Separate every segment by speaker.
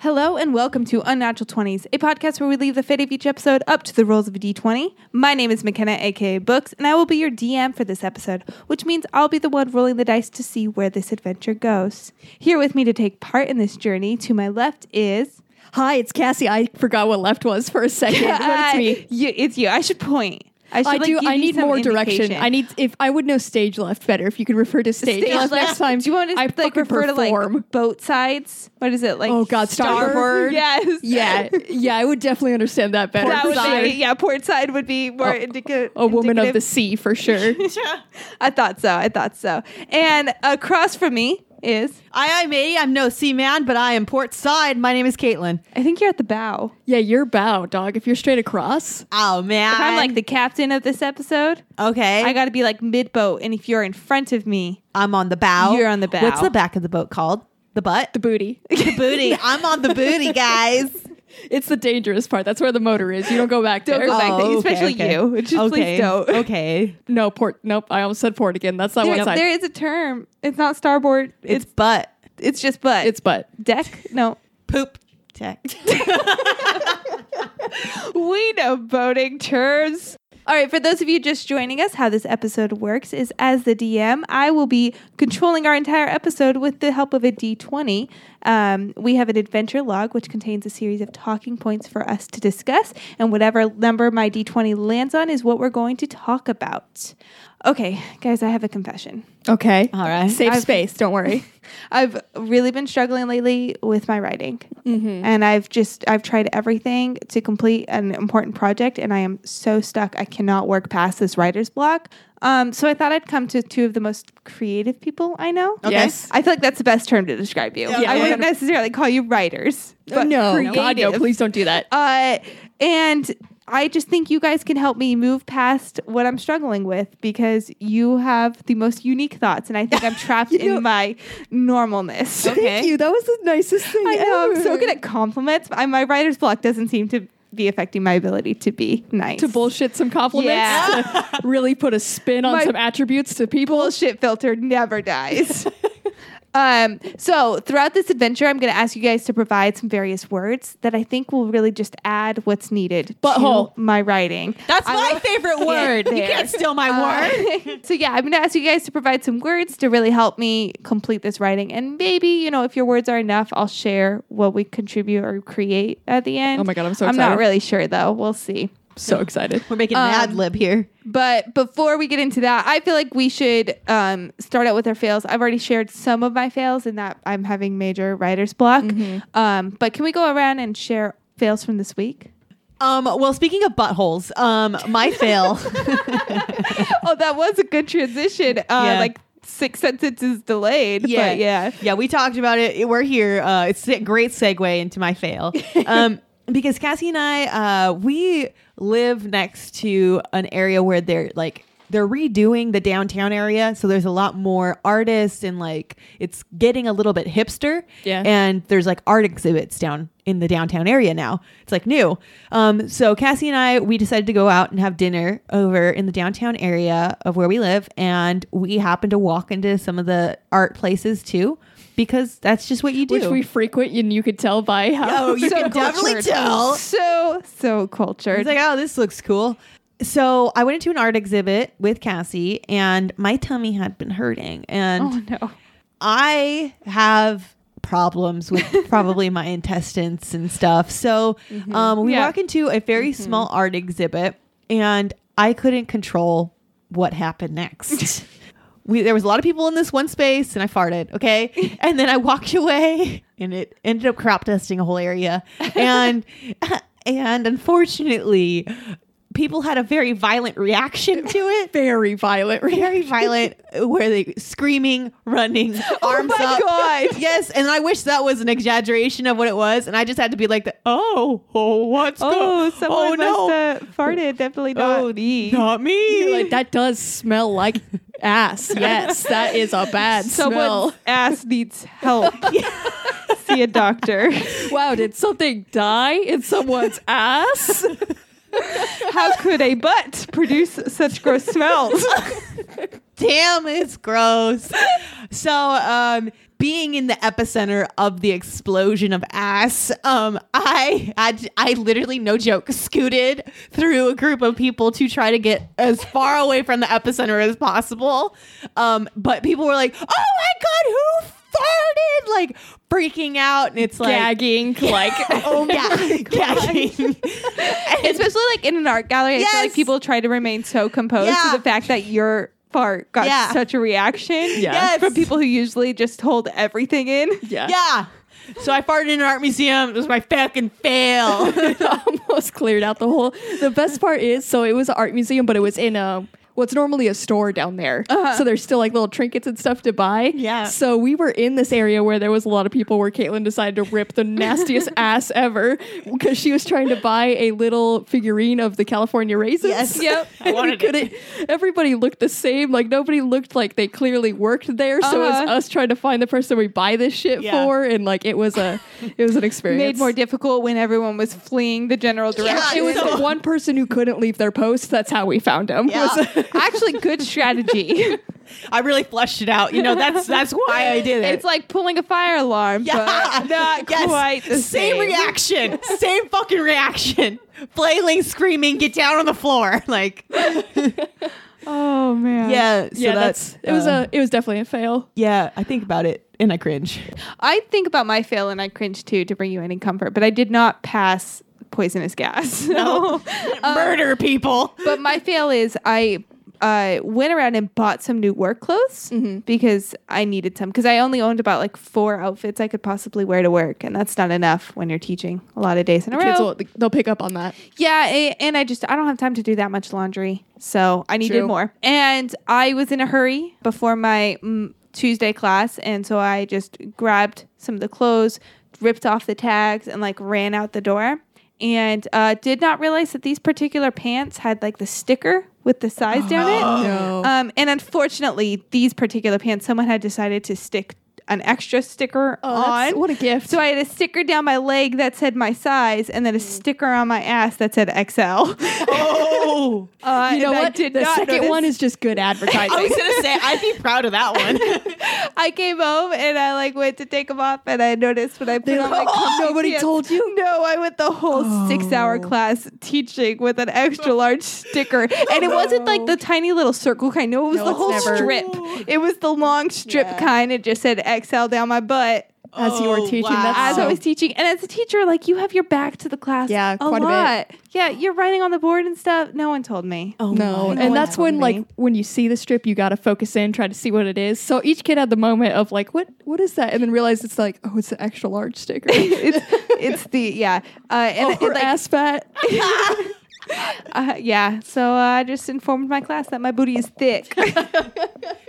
Speaker 1: Hello and welcome to Unnatural 20s, a podcast where we leave the fate of each episode up to the rolls of a d20. My name is McKenna, aka Books, and I will be your DM for this episode, which means I'll be the one rolling the dice to see where this adventure goes. Here with me to take part in this journey to my left is.
Speaker 2: Hi, it's Cassie. I forgot what left was for a second. but it's me.
Speaker 1: You, it's you. I should point. I, should,
Speaker 2: I
Speaker 1: like,
Speaker 2: do.
Speaker 1: give
Speaker 2: I
Speaker 1: you
Speaker 2: need
Speaker 1: some
Speaker 2: more direction.
Speaker 1: indication.
Speaker 2: I need if I would know stage left better. If you could refer to stage,
Speaker 1: Stage
Speaker 2: left
Speaker 1: left.
Speaker 2: next time.
Speaker 1: Do you want to
Speaker 2: I
Speaker 1: like
Speaker 2: fucking
Speaker 1: refer
Speaker 2: perform.
Speaker 1: to like boat sides? What is it like?
Speaker 2: Oh, God, starboard?
Speaker 1: Yes.
Speaker 2: yeah, yeah. I would definitely understand that better.
Speaker 1: That would
Speaker 2: Sorry.
Speaker 1: be, yeah, port side would be more
Speaker 2: A-
Speaker 1: indica-
Speaker 2: a woman of the
Speaker 1: indicative.
Speaker 2: sea for sure.
Speaker 1: I thought so. I thought so. And across from me is
Speaker 3: I am a. I'm no seaman, but I am port side. My name is Caitlin.
Speaker 1: I think you're at the bow.
Speaker 2: yeah, you're bow dog. If you're straight across,
Speaker 3: Oh man,
Speaker 1: If I'm like the captain of this episode,
Speaker 3: okay.
Speaker 1: I got to be like mid boat, and if you're in front of me,
Speaker 3: I'm on the bow.
Speaker 1: You're on the bow.
Speaker 3: What's the back of the boat called? The butt.
Speaker 2: the booty.
Speaker 3: The booty. I'm on the booty, guys.
Speaker 2: it's the dangerous part. That's where the motor is. You don't go back
Speaker 1: Don't
Speaker 2: there.
Speaker 1: go back. especially you. Just please
Speaker 3: okay.
Speaker 1: don't.
Speaker 3: Okay.
Speaker 2: Uh, No port. Nope. I almost said port again. That's not
Speaker 1: There-
Speaker 2: one side.
Speaker 1: there is a term. It's not starboard. It's
Speaker 3: It's, butt.
Speaker 1: it's just butt.
Speaker 2: it's butt.
Speaker 1: deck. No,
Speaker 3: Poop. Check.
Speaker 1: we know boating terms. All right, for those of you just joining us, how this episode works is as the DM, I will be controlling our entire episode with the help of a d20. Um, we have an adventure log, which contains a series of talking points for us to discuss, and whatever number my d20 lands on is what we're going to talk about. Okay, guys, I have a confession.
Speaker 2: Okay.
Speaker 3: All right.
Speaker 2: Safe
Speaker 1: I've-
Speaker 2: space. Don't worry.
Speaker 1: I've really been struggling lately with my writing.
Speaker 2: Mm-hmm.
Speaker 1: And I've just I've tried everything to complete an important project and I am so stuck. I cannot work past this writer's block. Um, so I thought I'd come to two of the most creative people I know.
Speaker 3: Okay.
Speaker 2: Yes.
Speaker 1: I feel like that's the best term to describe you.
Speaker 3: yeah,
Speaker 1: I wouldn't
Speaker 2: yeah.
Speaker 1: necessarily call you writers. But
Speaker 2: no.
Speaker 1: creative.
Speaker 2: God, no. Please don't do that.
Speaker 1: Uh, and I just think you guys can help me move past what I'm struggling with because you have the most unique thoughts, and I think I'm trapped in
Speaker 2: know-
Speaker 1: my normalness.
Speaker 2: Thank you. That was the nicest thing
Speaker 1: I know I'm so
Speaker 2: ever.
Speaker 1: good at compliments. I, my writer's block doesn't seem to be affecting my ability to be nice.
Speaker 2: to bullshit some compliments.
Speaker 1: Yeah.
Speaker 2: to really put a spin on
Speaker 1: My-
Speaker 2: some attributes to people.
Speaker 1: bullshit filter never dies. um, so throughout this adventure, I'm going to ask you guys to provide some various words that I think will really just add what's needed
Speaker 2: Butthole.
Speaker 1: to my writing.
Speaker 3: That's
Speaker 1: I
Speaker 3: my
Speaker 1: will-
Speaker 3: favorite word. You
Speaker 1: there.
Speaker 3: can't steal my
Speaker 1: Uh,
Speaker 3: word.
Speaker 1: so yeah, I'm gonna ask you guys to provide some words to really help me complete this writing, and maybe you know if your words are enough, I'll share what we contribute or create at the end.
Speaker 2: Oh my God, I'm so
Speaker 1: I'm not
Speaker 2: excited.
Speaker 1: really sure though. We'll see.
Speaker 2: So excited.
Speaker 3: We're making an
Speaker 1: um,
Speaker 3: ad lib here.
Speaker 1: But before we get into that, I feel like we should um, start out with our fails. I've already shared some of my fails in that I'm having major writer's block.
Speaker 2: Mm-hmm.
Speaker 1: Um, but can we go around and share fails from this week?
Speaker 3: Um. Well, speaking of buttholes, um, my fail.
Speaker 1: oh, that was a good transition. Uh,
Speaker 3: Yeah.
Speaker 1: Like six sentences delayed.
Speaker 3: yeah,
Speaker 1: But yeah.
Speaker 3: yeah. We talked about it. It- We're here. Uh, it's a great segue into my fail, um, because Cassie and I, uh, we live next to an area where they're like they're redoing the downtown area, so there's a lot more artists and like it's getting a little bit hipster.
Speaker 2: Yeah.
Speaker 3: and there's like art exhibits down in the downtown area now. It's like new. Um, so Cassie and I, we decided to go out and have dinner over in the downtown area of where we live, and we happened to walk into some of the art places too, because that's just what you do.
Speaker 2: Which we frequent, and you could tell by how.
Speaker 3: Oh, you can definitely tell.
Speaker 1: So, so cultured.
Speaker 3: It's like, oh, this looks cool. So I went into an art exhibit with Cassie, and my tummy had been hurting, and
Speaker 1: oh no.
Speaker 3: I have problems with probably my intestines and stuff. So um, we
Speaker 1: Yeah.
Speaker 3: walk into a very small art exhibit, and I couldn't control what happened next. we, there was a lot of people in this one space, and I farted. Okay, and then I walked away, and it ended up crop dusting a whole area, and and unfortunately. People had a very violent reaction to it
Speaker 2: Very violent.
Speaker 3: very violent uh, where they screaming running arms
Speaker 1: Oh my
Speaker 3: up
Speaker 1: God.
Speaker 3: yes and i wish that was an exaggeration of what it was and i just had to be like the, oh oh what's
Speaker 1: Oh,
Speaker 3: go-
Speaker 1: someone
Speaker 3: oh no
Speaker 1: must have farted. Definitely not
Speaker 3: oh
Speaker 1: me.
Speaker 3: not me
Speaker 2: Like that does smell like ass. Yes, that is a bad
Speaker 1: Someone's ass needs help. See a doctor.
Speaker 2: smell. Wow, did something die in someone's ass?
Speaker 1: How could a butt produce such gross smells?
Speaker 3: damn it's gross so um being in the epicenter of the explosion of ass, um, I had I literally no joke scooted through a group of people to try to get as far away from the epicenter as possible. Um, but people were like, "Oh my god, who farted!" Like freaking out, and it's like,
Speaker 2: gagging like
Speaker 3: "Oh yeah, gagging."
Speaker 1: Especially like in an art gallery, I feel
Speaker 3: Yes.
Speaker 1: like people try to remain so composed
Speaker 3: Yeah.
Speaker 1: to the fact that your fart got
Speaker 3: Yeah.
Speaker 1: such a reaction
Speaker 3: Yes.
Speaker 1: from people who usually just hold everything in.
Speaker 2: yeah,
Speaker 3: yeah. So I farted in an art museum. It was my fucking fail.
Speaker 2: almost cleared out the whole the best part is so it was an art museum but it was in a what's normally a store down there so there's still like little trinkets and stuff to buy
Speaker 3: Uh-huh. Yeah.
Speaker 2: so we were in this area where there was a lot of people where caitlin decided to rip the nastiest ass ever because she was trying to buy a little figurine of the california raisins
Speaker 3: Yes.
Speaker 1: Yep.
Speaker 3: I
Speaker 2: And we
Speaker 3: wanted it.
Speaker 2: couldn't- Everybody looked the same. Like nobody looked like they clearly worked there. So it was
Speaker 1: Uh-huh.
Speaker 2: us trying to find the person we buy this shit
Speaker 3: Yeah.
Speaker 2: for, and like it was a, it was an experience.
Speaker 1: Made more difficult when everyone was fleeing the general direction.
Speaker 2: It was
Speaker 3: So-
Speaker 2: one person who couldn't leave their post. That's how we found him.
Speaker 3: Yeah.
Speaker 1: Actually, good strategy.
Speaker 3: I really flushed it out. You know, that's that's why I did it.
Speaker 1: it's like pulling a fire alarm, but not
Speaker 3: Yes.
Speaker 1: quite the same.
Speaker 3: reaction. same fucking reaction. Flailing, screaming, get down on the floor. Like
Speaker 1: Oh man.
Speaker 3: Yeah, so
Speaker 2: yeah, that's, it was
Speaker 3: uh,
Speaker 2: a it was definitely a fail.
Speaker 3: Yeah, I think about it and I cringe.
Speaker 1: I think about my fail and I cringe too to bring you any comfort, but I did not pass poisonous gas. No.
Speaker 3: Murder people.
Speaker 1: but my fail is I uh, went around and bought some new work clothes
Speaker 2: Mm-hmm.
Speaker 1: because I needed some because I only owned about like four outfits I could possibly wear to work, and that's not enough when you're teaching a lot of days in a
Speaker 2: Kids
Speaker 1: row.
Speaker 2: will they'll pick up on that.
Speaker 1: Yeah, a- and I just I don't have time to do that much laundry, so I needed
Speaker 2: True.
Speaker 1: more. And I was in a hurry before my mm, Tuesday class, and so I just grabbed some of the clothes, ripped off the tags, and like ran out the door. And uh, did not realize that these particular pants had like the sticker with the size down it.
Speaker 2: no.
Speaker 1: Um, and unfortunately, these particular pants, someone had decided to stick an extra sticker
Speaker 2: Oh, that's-
Speaker 1: on.
Speaker 2: what a gift.
Speaker 1: So I had a sticker down my leg that said my size, and then a sticker on my ass that said XL.
Speaker 3: Oh.
Speaker 1: Uh,
Speaker 2: you know
Speaker 1: and I
Speaker 2: what?
Speaker 1: did
Speaker 2: the
Speaker 1: not
Speaker 2: second
Speaker 1: notice.
Speaker 2: one is just good advertising.
Speaker 3: I was gonna say I'd be proud of that one.
Speaker 1: I came home and I like went to take them off, and I noticed when I put
Speaker 2: They
Speaker 1: on
Speaker 2: were-
Speaker 1: my comfy
Speaker 2: Nobody
Speaker 1: pants-
Speaker 2: told you?
Speaker 1: No, I went the whole six-hour class teaching with an extra large sticker, and it wasn't like the tiny little circle kind. No, it was
Speaker 2: No,
Speaker 1: the
Speaker 2: it's
Speaker 1: whole
Speaker 2: never-
Speaker 1: strip. It was the long strip
Speaker 2: Yeah.
Speaker 1: kind. It just said XL down my butt.
Speaker 2: as you were
Speaker 3: Oh,
Speaker 2: teaching,
Speaker 3: wow.
Speaker 2: that's
Speaker 1: as
Speaker 2: so
Speaker 1: I was teaching, and as a teacher, like you have your back to the class.
Speaker 2: Yeah,
Speaker 1: a
Speaker 2: quite a bit.
Speaker 1: lot. Yeah, you're writing on the board and stuff. No one told me.
Speaker 3: Oh
Speaker 2: No, and that's when
Speaker 1: told me.
Speaker 2: like when you see the strip, you gotta focus in, try to see what it is. So each kid had the moment of like, what what is that? And then realize it's like, oh, it's an extra large sticker.
Speaker 1: it's it's the yeah, uh, and it,
Speaker 2: or
Speaker 1: like
Speaker 2: ass fat.
Speaker 1: uh, yeah. So uh, I just informed my class that my booty is thick.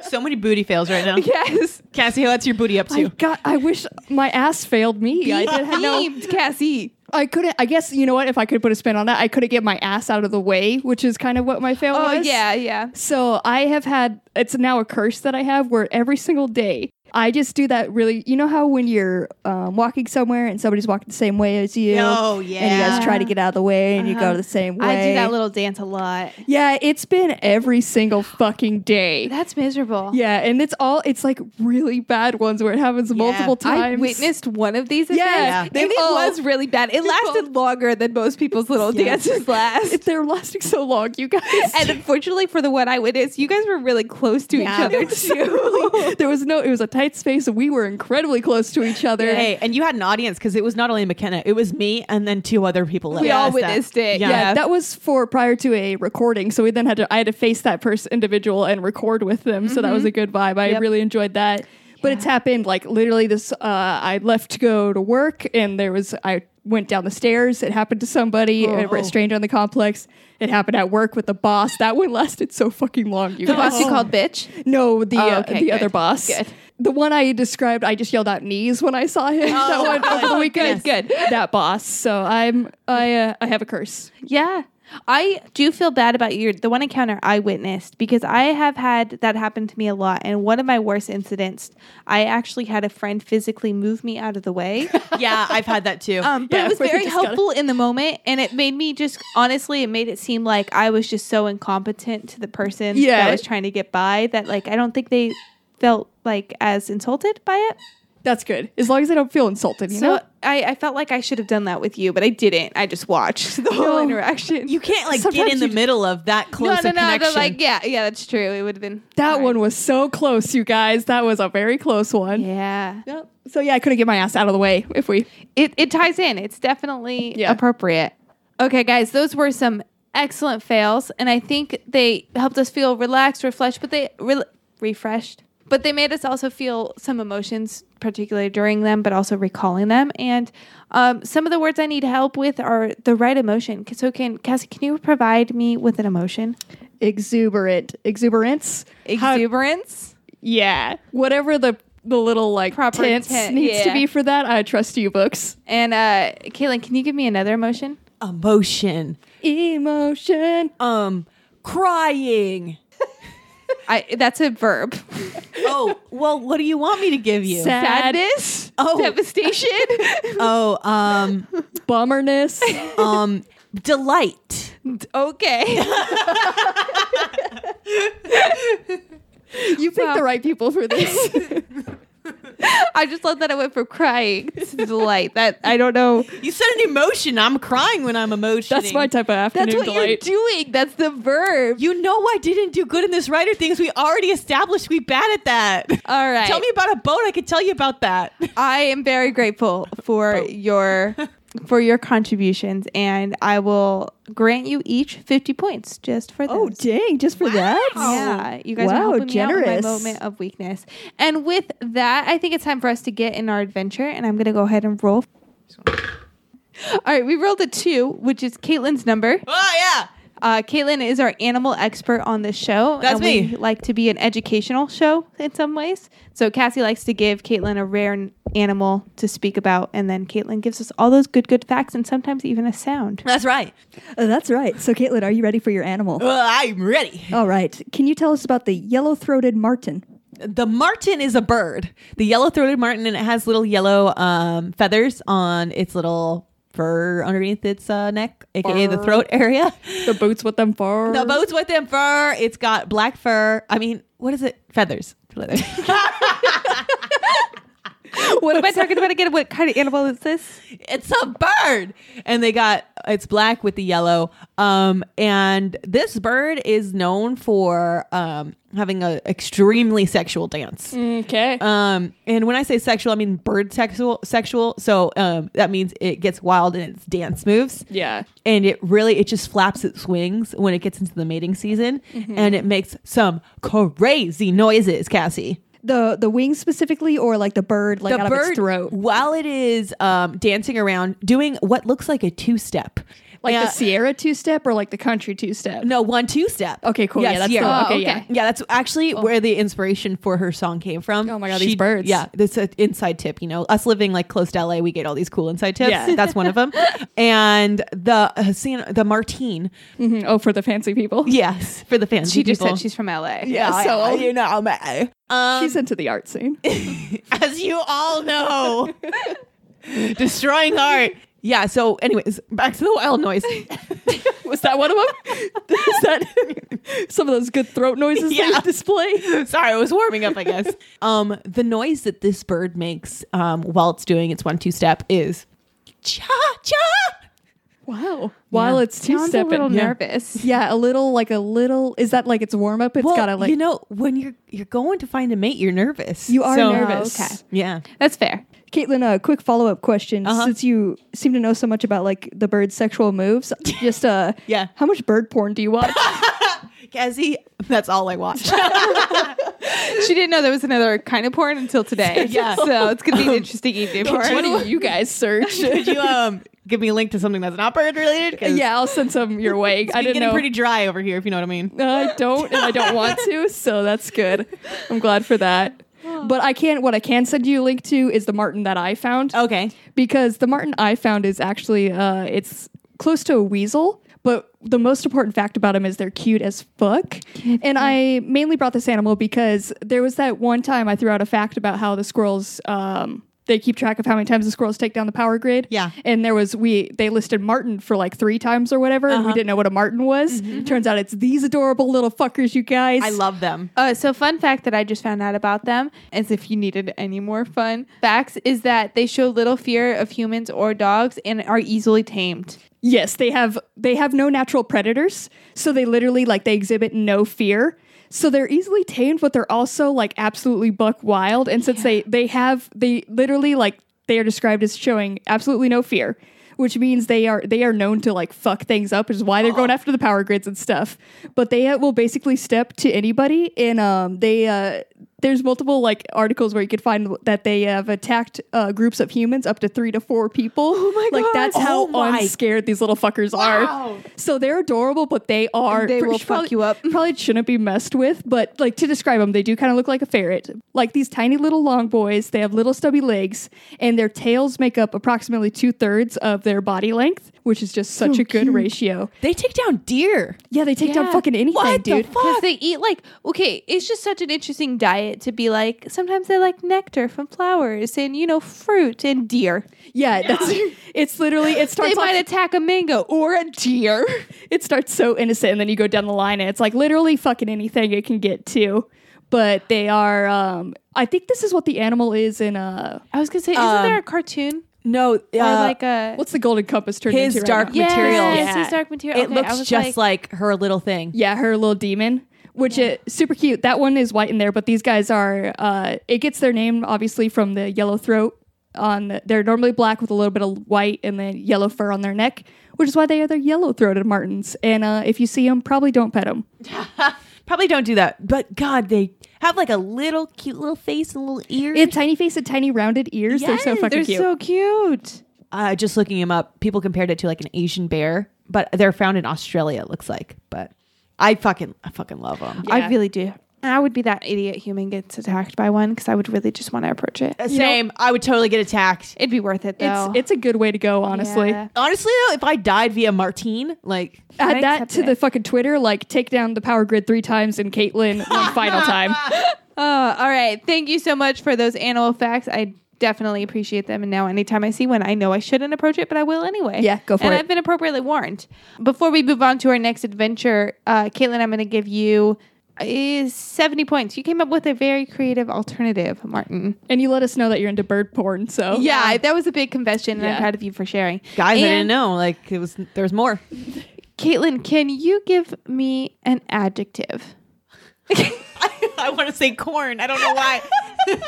Speaker 3: so many booty fails right now.
Speaker 1: yes,
Speaker 3: Cassie, what's your booty up
Speaker 2: I
Speaker 3: to?
Speaker 2: got. I wish my ass failed me. I did have no.
Speaker 1: Beamed, Cassie.
Speaker 2: I couldn't. I guess you know what? If I could put a spin on that, I couldn't get my ass out of the way, which is kind of what my fail
Speaker 1: Oh
Speaker 2: was.
Speaker 1: yeah, yeah.
Speaker 2: So I have had it's now a curse that I have where every single day I just do that really you know how when you're um, walking somewhere and somebody's walking the same way as you
Speaker 3: Oh,
Speaker 2: and you
Speaker 3: yeah.
Speaker 2: guys try to get out of the way and you go
Speaker 1: Uh-huh.
Speaker 2: the same way
Speaker 1: I do that little dance a lot.
Speaker 2: yeah it's been every single fucking day
Speaker 1: That's miserable.
Speaker 2: yeah and it's all it's like really bad ones where it happens multiple
Speaker 1: I
Speaker 2: times
Speaker 1: witnessed one of these events,
Speaker 2: Yeah.
Speaker 1: and
Speaker 2: They've
Speaker 1: it
Speaker 2: all-
Speaker 1: was really bad. It lasted longer than most people's little
Speaker 2: Yes.
Speaker 1: dances last.
Speaker 2: If they're lasting so long you guys
Speaker 1: and unfortunately for the one I witnessed, you guys were really close to
Speaker 2: Yeah.
Speaker 1: each other
Speaker 2: It was
Speaker 1: too.
Speaker 2: there was no it was a tight space and we were incredibly close to each other
Speaker 3: Hey, and you had an audience because it was not only McKenna, it was me and then two other people. that
Speaker 1: We all
Speaker 3: witnessed
Speaker 1: witnessed
Speaker 3: that.
Speaker 1: it,
Speaker 2: yeah.
Speaker 1: Yeah.
Speaker 2: that was for prior to a recording so we then had to i had to face that person individual and record with them so that was a good vibe i
Speaker 1: Mm-hmm. Yep.
Speaker 2: really enjoyed that but it's happened like literally this uh, i left to go to work and there was i went down the stairs it happened to somebody a
Speaker 3: Oh.
Speaker 2: stranger in the complex it happened at work with the boss that one lasted so fucking long you
Speaker 1: the
Speaker 2: guys.
Speaker 1: boss you called bitch.
Speaker 2: No, the
Speaker 1: Oh,
Speaker 2: uh,
Speaker 1: okay,
Speaker 2: the
Speaker 1: good.
Speaker 2: other boss.
Speaker 1: Good.
Speaker 2: The one I described, I just yelled out knees when I saw him.
Speaker 1: Oh,
Speaker 2: that one over the weekend.
Speaker 1: Good, good.
Speaker 2: That boss. So I'm I uh, I have a curse.
Speaker 1: Yeah. I do feel bad about your the one encounter I witnessed because I have had that happen to me a lot and one of my worst incidents I actually had a friend physically move me out of the way
Speaker 3: Yeah, I've had that too.
Speaker 1: um, but
Speaker 2: Yeah,
Speaker 1: it was
Speaker 2: where you
Speaker 1: very
Speaker 2: just gotta-
Speaker 1: helpful in the moment and it made me just honestly it made it seem like I was just so incompetent to the person
Speaker 2: Yeah.
Speaker 1: that was trying to get by that like I don't think they felt like as insulted by it.
Speaker 2: That's good. As long as I don't feel insulted, you
Speaker 1: so
Speaker 2: know?
Speaker 1: I, I felt like I should have done that with you, but I didn't. I just watched the whole
Speaker 2: No.
Speaker 1: interaction.
Speaker 3: You can't like
Speaker 2: Sometimes
Speaker 3: get in the
Speaker 2: you-
Speaker 3: middle of that close
Speaker 1: no, no,
Speaker 3: a
Speaker 1: no.
Speaker 3: connection.
Speaker 1: They're like, yeah, yeah, that's true. It would have been
Speaker 2: That
Speaker 1: hard.
Speaker 2: one was so close, you guys. That was a very close one.
Speaker 1: Yeah,
Speaker 2: Yep. So yeah, I couldn't get my ass out of the way if we
Speaker 1: it it ties in. It's definitely
Speaker 2: Yeah.
Speaker 1: appropriate. Okay, guys, those were some excellent fails, and I think they helped us feel relaxed, refreshed, but they re- refreshed. But they made us also feel some emotions, particularly during them, but also recalling them. And um, some of the words I need help with are the right emotion. So, can Cassie, can you provide me with an emotion?
Speaker 2: exuberant exuberance. How-
Speaker 1: Exuberance.
Speaker 2: yeah. Whatever the the little like
Speaker 1: Proper
Speaker 2: tense
Speaker 1: ten-
Speaker 2: needs to
Speaker 1: yeah.
Speaker 2: be for that, I trust you books.
Speaker 1: And uh, Caitlin, can you give me another emotion?
Speaker 3: emotion,
Speaker 2: Emotion.
Speaker 3: um, crying.
Speaker 1: I that's a verb.
Speaker 3: oh, well, what do you want me to give you?
Speaker 2: Sad-
Speaker 1: Sadness.
Speaker 3: Oh.
Speaker 1: Devastation.
Speaker 3: oh, um,
Speaker 2: Bummerness.
Speaker 3: um, delight.
Speaker 1: okay.
Speaker 2: you picked
Speaker 1: Wow.
Speaker 2: the right people for this.
Speaker 1: I just love that I went from crying to delight. That I don't know.
Speaker 3: You said an emotion. I'm crying when I'm emotioning.
Speaker 2: That's my type of afternoon
Speaker 1: That's what
Speaker 2: delight.
Speaker 1: you're doing. That's the verb.
Speaker 3: You know I didn't do good in this writer things. We already established we bad at that.
Speaker 1: All right.
Speaker 3: Tell me about a boat. I could tell you about that.
Speaker 1: I am very grateful for your for your contributions, and I will grant you each fifty points just for
Speaker 2: Oh
Speaker 1: those.
Speaker 2: dang, just for that?
Speaker 1: Yeah, you guys are
Speaker 2: Wow,
Speaker 1: helping me out with
Speaker 2: generous.
Speaker 1: my moment of weakness. And with that, I think it's time for us to get in our adventure. And I'm going to go ahead and roll. All right, we rolled a two, which is Caitlin's number.
Speaker 3: oh yeah.
Speaker 1: Uh, Caitlin is our animal expert on this show.
Speaker 3: That's
Speaker 1: and we
Speaker 3: me.
Speaker 1: like to be an educational show in some ways. So Cassie likes to give Caitlin a rare n- animal to speak about, and then Caitlin gives us all those good, good facts and sometimes even a sound.
Speaker 3: That's right.
Speaker 4: Oh, that's right. So, Caitlin, are you ready for your animal?
Speaker 3: Well, I'm ready.
Speaker 4: All right. Can you tell us about the yellow throated martin?
Speaker 3: The martin is a bird. The yellow-throated martin, and it has little yellow um, feathers on its little fur underneath its uh, neck, aka the
Speaker 2: Fur.
Speaker 3: throat area.
Speaker 2: The boots with them far.
Speaker 3: The boat's with them fur. It's got black fur. I mean, what is it? Feathers. Feathers.
Speaker 1: What am I talking about again? What kind of animal is this?
Speaker 3: it's a bird and they got it's black with the yellow um and this bird is known for um having a extremely sexual dance
Speaker 2: Okay.
Speaker 3: um and when i say sexual i mean bird sexual sexual so um that means it gets wild in its dance moves
Speaker 2: yeah.
Speaker 3: and it really it just flaps its wings when it gets into the mating season and it makes some crazy noises cassie
Speaker 4: The the wings specifically, or like the bird, like out of its throat?
Speaker 3: while it is um, dancing around doing what looks like a two-step Uh,
Speaker 2: Like
Speaker 3: Yeah.
Speaker 2: the Sierra two step or like the country two step?
Speaker 3: No, one two step.
Speaker 2: Okay, cool. Yeah, that's the
Speaker 3: Sierra.
Speaker 2: one.
Speaker 1: Oh,
Speaker 2: Okay,
Speaker 1: okay.
Speaker 2: yeah.
Speaker 3: Yeah, that's actually where the inspiration for her song came from.
Speaker 2: Oh my God, these birds.
Speaker 3: Yeah, that's an inside tip. You know, us living like close to LA, we get all these cool inside tips.
Speaker 2: Yeah.
Speaker 3: That's one of them. And the uh, San- the Martine,
Speaker 2: Mhm. Oh, for the fancy people.
Speaker 3: yes, for the fans.
Speaker 1: She just said she's from LA.
Speaker 2: Yeah, so-
Speaker 3: you know, man. Um,
Speaker 2: She's into the art scene.
Speaker 3: as you all know, destroying art. Yeah. So, anyways, back to the wild noise.
Speaker 2: Was that one of them? Is that some of those good throat noises
Speaker 3: Yeah.
Speaker 2: they display?
Speaker 3: Sorry, I was warming up, I guess. um, the noise that this bird makes um, while it's doing its one two step is cha cha.
Speaker 2: Wow. While it's two
Speaker 1: Sounds a little
Speaker 2: stepping. Yeah.
Speaker 1: nervous.
Speaker 2: yeah, a little like a little. Is that like its warm up? It's
Speaker 3: Well,
Speaker 2: gotta like.
Speaker 3: you know, when you're you're going to find a mate, you're nervous.
Speaker 4: You are
Speaker 3: So-
Speaker 4: nervous.
Speaker 1: okay.
Speaker 3: Yeah.
Speaker 1: That's fair.
Speaker 4: Caitlin, a quick follow up question.
Speaker 3: Uh-huh.
Speaker 4: Since you seem to know so much about like the bird's sexual moves, just uh,
Speaker 3: Yeah.
Speaker 4: how much bird porn do you watch?
Speaker 3: Cassie, that's all I watch.
Speaker 1: She didn't know there was another kind of porn until today.
Speaker 3: Yeah.
Speaker 1: So it's going to be an interesting evening for
Speaker 2: what
Speaker 1: her.
Speaker 2: do you guys search?
Speaker 3: Could you um give me a link to something that's not bird related? 'Cause
Speaker 2: yeah, I'll send some your way.
Speaker 3: it's
Speaker 2: I didn't
Speaker 3: been getting
Speaker 2: know. Uh,
Speaker 3: pretty dry over here, if you know what I mean.
Speaker 2: I don't, and I don't want to, so that's good. I'm glad for that. But I can't. What I can send you a link to is the Martin that I found.
Speaker 3: Okay.
Speaker 2: because the martin i found is actually uh, it's close to a weasel but the most important fact about them is they're cute as fuck and i mainly brought this animal because there was that one time i threw out a fact about how the squirrels um, they keep track of how many times the squirrels take down the power grid.
Speaker 3: Yeah.
Speaker 2: And there was we they listed Martin for like three times or whatever,
Speaker 3: Uh-huh.
Speaker 2: and we didn't know what a Martin was. Turns out it's these adorable little fuckers, you guys.
Speaker 3: Mm-hmm. I love them.
Speaker 1: Uh, so fun fact that I just found out about them, as if you needed any more fun facts, is that they show little fear of humans or dogs and are easily tamed.
Speaker 2: Yes, they have they have no natural predators, so they literally like they exhibit no fear. So they're easily tamed, but they're also like absolutely buck wild. And since they they have they literally like they are described as showing absolutely no fear, which means they are they are known to like fuck things up, which is why they're
Speaker 3: Oh.
Speaker 2: going after the power grids and stuff. But they uh, will basically step to anybody, and um they uh there's multiple like articles where you could find that they have attacked uh, groups of humans up to three to four people. Oh
Speaker 3: my
Speaker 2: Like
Speaker 3: God.
Speaker 2: that's how
Speaker 3: Oh my
Speaker 2: unscary scared these little fuckers
Speaker 3: Wow.
Speaker 2: are. So they're adorable, but they are
Speaker 1: And they will fuck
Speaker 2: probably-
Speaker 1: you up.
Speaker 2: Probably shouldn't be messed with, but like to describe them, they do kind of look like a ferret. Like these tiny little long boys, they have little stubby legs, and their tails make up approximately two thirds of their body length, which is just such a good ratio.
Speaker 3: They take down deer.
Speaker 2: Yeah, they take
Speaker 1: Yeah.
Speaker 2: down fucking anything,
Speaker 3: What the
Speaker 2: dude.
Speaker 1: Because
Speaker 3: fuck?
Speaker 1: they eat like, okay, it's just such an interesting diet to be like, sometimes they like nectar from flowers and, you know, fruit and deer.
Speaker 2: yeah, that's it's literally it
Speaker 1: They
Speaker 2: starts off
Speaker 1: might attack a mango or a deer.
Speaker 2: it starts so innocent and then you go down the line and it's like literally fucking anything it can get to but they are um i think this is what the animal is in uh
Speaker 1: I was going to say, isn't
Speaker 3: Um,
Speaker 1: there a cartoon?
Speaker 3: No, uh,
Speaker 1: Or like a.
Speaker 2: what's the golden compass turned
Speaker 3: His
Speaker 2: into right
Speaker 3: dark
Speaker 2: now?
Speaker 1: yes,
Speaker 3: material?
Speaker 1: It's
Speaker 2: Yeah.
Speaker 1: his dark material.
Speaker 3: it
Speaker 1: Okay, I
Speaker 3: looks
Speaker 1: was
Speaker 3: just like, her little thing.
Speaker 2: yeah her little demon which is super cute that one is white in there but these guys are uh it gets their name obviously from the yellow throat on the, they're normally black with a little bit of white and then yellow fur on their neck which is why they are the yellow throated martins and uh if you see them probably don't pet them
Speaker 3: Probably don't do that. But God, they have like a little cute little face and little ears.
Speaker 2: it's tiny face and tiny rounded ears they're so
Speaker 3: Yes,
Speaker 2: fucking
Speaker 1: They're
Speaker 2: cute
Speaker 1: so cute.
Speaker 3: uh, just looking him up, people compared it to like an Asian bear, but they're found in Australia. It looks like, but I fucking I fucking love them.
Speaker 1: I
Speaker 2: Yeah.
Speaker 1: really do. And I would be that idiot human gets attacked by one because I would really just want to approach it.
Speaker 3: Same. I would totally get attacked.
Speaker 1: It'd be worth it though.
Speaker 2: It's it's a good way to go, honestly.
Speaker 1: Yeah.
Speaker 3: Honestly, though, if I died via Martine, like
Speaker 1: I
Speaker 2: Add that
Speaker 1: accept
Speaker 2: to
Speaker 1: it.
Speaker 2: the fucking Twitter, like take down the power grid three times and Caitlyn one final time.
Speaker 1: Oh, all right. Thank you so much for those animal facts. I definitely appreciate them. And now, anytime I see one, I know I shouldn't approach it, but I will anyway.
Speaker 2: Yeah, go for
Speaker 1: and
Speaker 2: it.
Speaker 1: I've been appropriately warned. Before we move on to our next adventure, uh, Caitlin, I'm going to give you is 70 points. You came up with a very creative alternative, Martin.
Speaker 2: And you let us know that you're into bird porn, so
Speaker 1: Yeah, that was a big confession, and I'm
Speaker 2: Yeah.
Speaker 1: proud of you for sharing.
Speaker 3: guys, I didn't
Speaker 1: And-
Speaker 3: know. Like it was there's more.
Speaker 1: Caitlin, can you give me an adjective?
Speaker 3: I, want to say corn. I don't know why.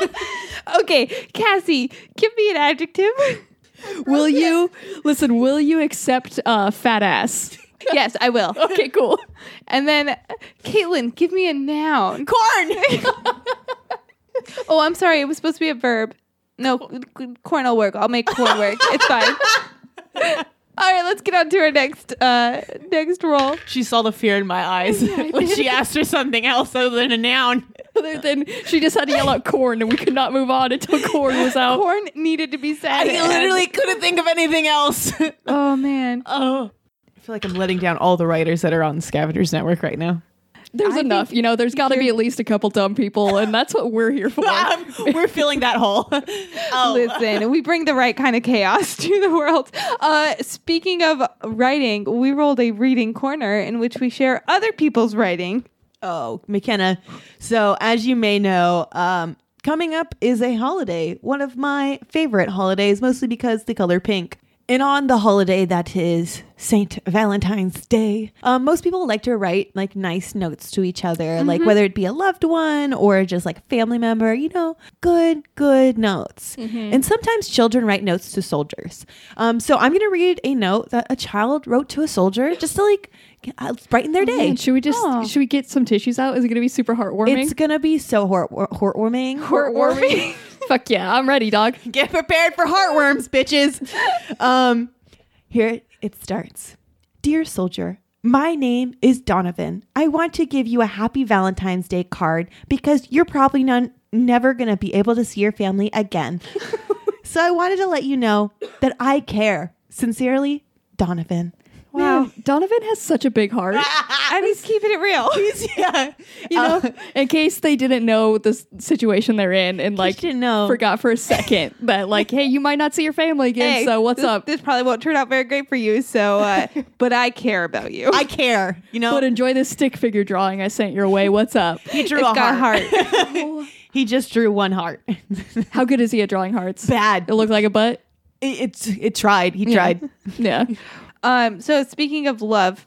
Speaker 1: Okay, Cassie, give me an adjective.
Speaker 2: Will you listen? Will you accept uh, fat ass?
Speaker 1: yes, I will.
Speaker 2: Okay, cool.
Speaker 1: And then, Caitlin, give me a noun.
Speaker 3: corn.
Speaker 1: Oh, I'm sorry. It was supposed to be a verb. No, c- corn will work. I'll make corn work. It's fine. All right, let's get on to our next uh, next roll.
Speaker 3: she saw the fear in my eyes when she asked her something else other than a noun.
Speaker 2: Other than she just had to yell out corn, and we could not move on until corn was out.
Speaker 1: Corn needed to be said.
Speaker 3: Oh. I literally couldn't think of anything else.
Speaker 1: Oh man.
Speaker 3: oh. I feel like I'm letting down all the writers that are on the Scavengers Network right now.
Speaker 2: There's
Speaker 1: I
Speaker 2: enough, you know. There's got to be at least a couple dumb people, and that's what we're here for.
Speaker 3: Um, we're filling that hole. Oh.
Speaker 1: Listen, we bring the right kind of chaos to the world. Uh, speaking of writing, we rolled a reading corner in which we share other people's writing.
Speaker 3: Oh, McKenna. So, as you may know, um, coming up is a holiday, one of my favorite holidays, mostly because the color pink. And on the holiday that is St. Valentine's Day, um, most people like to write like nice notes to each other, like whether it be a loved one or just like a family member, you know, good, good notes. And sometimes children write notes to soldiers. Um, so I'm going to read a note that a child wrote to a soldier just to like get- uh, brighten their day.
Speaker 2: And should we just
Speaker 1: Aw.
Speaker 2: should we get some tissues out? Is it going to be super heartwarming?
Speaker 3: It's gonna be so heart- heartwarming.
Speaker 2: heartwarming. Fuck yeah, I'm ready, dog.
Speaker 3: Get prepared for heartworms, bitches. Um, here it- it starts. Dear soldier, my name is Donovan. I want to give you a happy Valentine's Day card because you're probably not never gonna be able to see your family again. so I wanted to let you know that I care. Sincerely, Donovan.
Speaker 1: Wow.
Speaker 2: Donovan has such a big heart.
Speaker 1: I'm just keeping it real. Uh,
Speaker 3: yeah.
Speaker 2: you know, Uh, in case they didn't know the s- situation they're in and like
Speaker 3: didn't know.
Speaker 2: forgot for a second that like, hey, you might not see your family again.
Speaker 1: Hey,
Speaker 2: so what's
Speaker 1: this,
Speaker 2: up?
Speaker 1: This probably won't turn out very great for you. So, uh, but I care about you.
Speaker 3: I care. You know,
Speaker 2: but enjoy this stick figure drawing I sent your way. What's up?
Speaker 3: he drew
Speaker 1: It's
Speaker 3: a
Speaker 1: got
Speaker 3: heart. he just drew one heart.
Speaker 2: How good is he at drawing hearts?
Speaker 3: Bad.
Speaker 2: It looked like a butt.
Speaker 3: It, it's it tried. He tried.
Speaker 2: Yeah.
Speaker 1: Um, so speaking of love,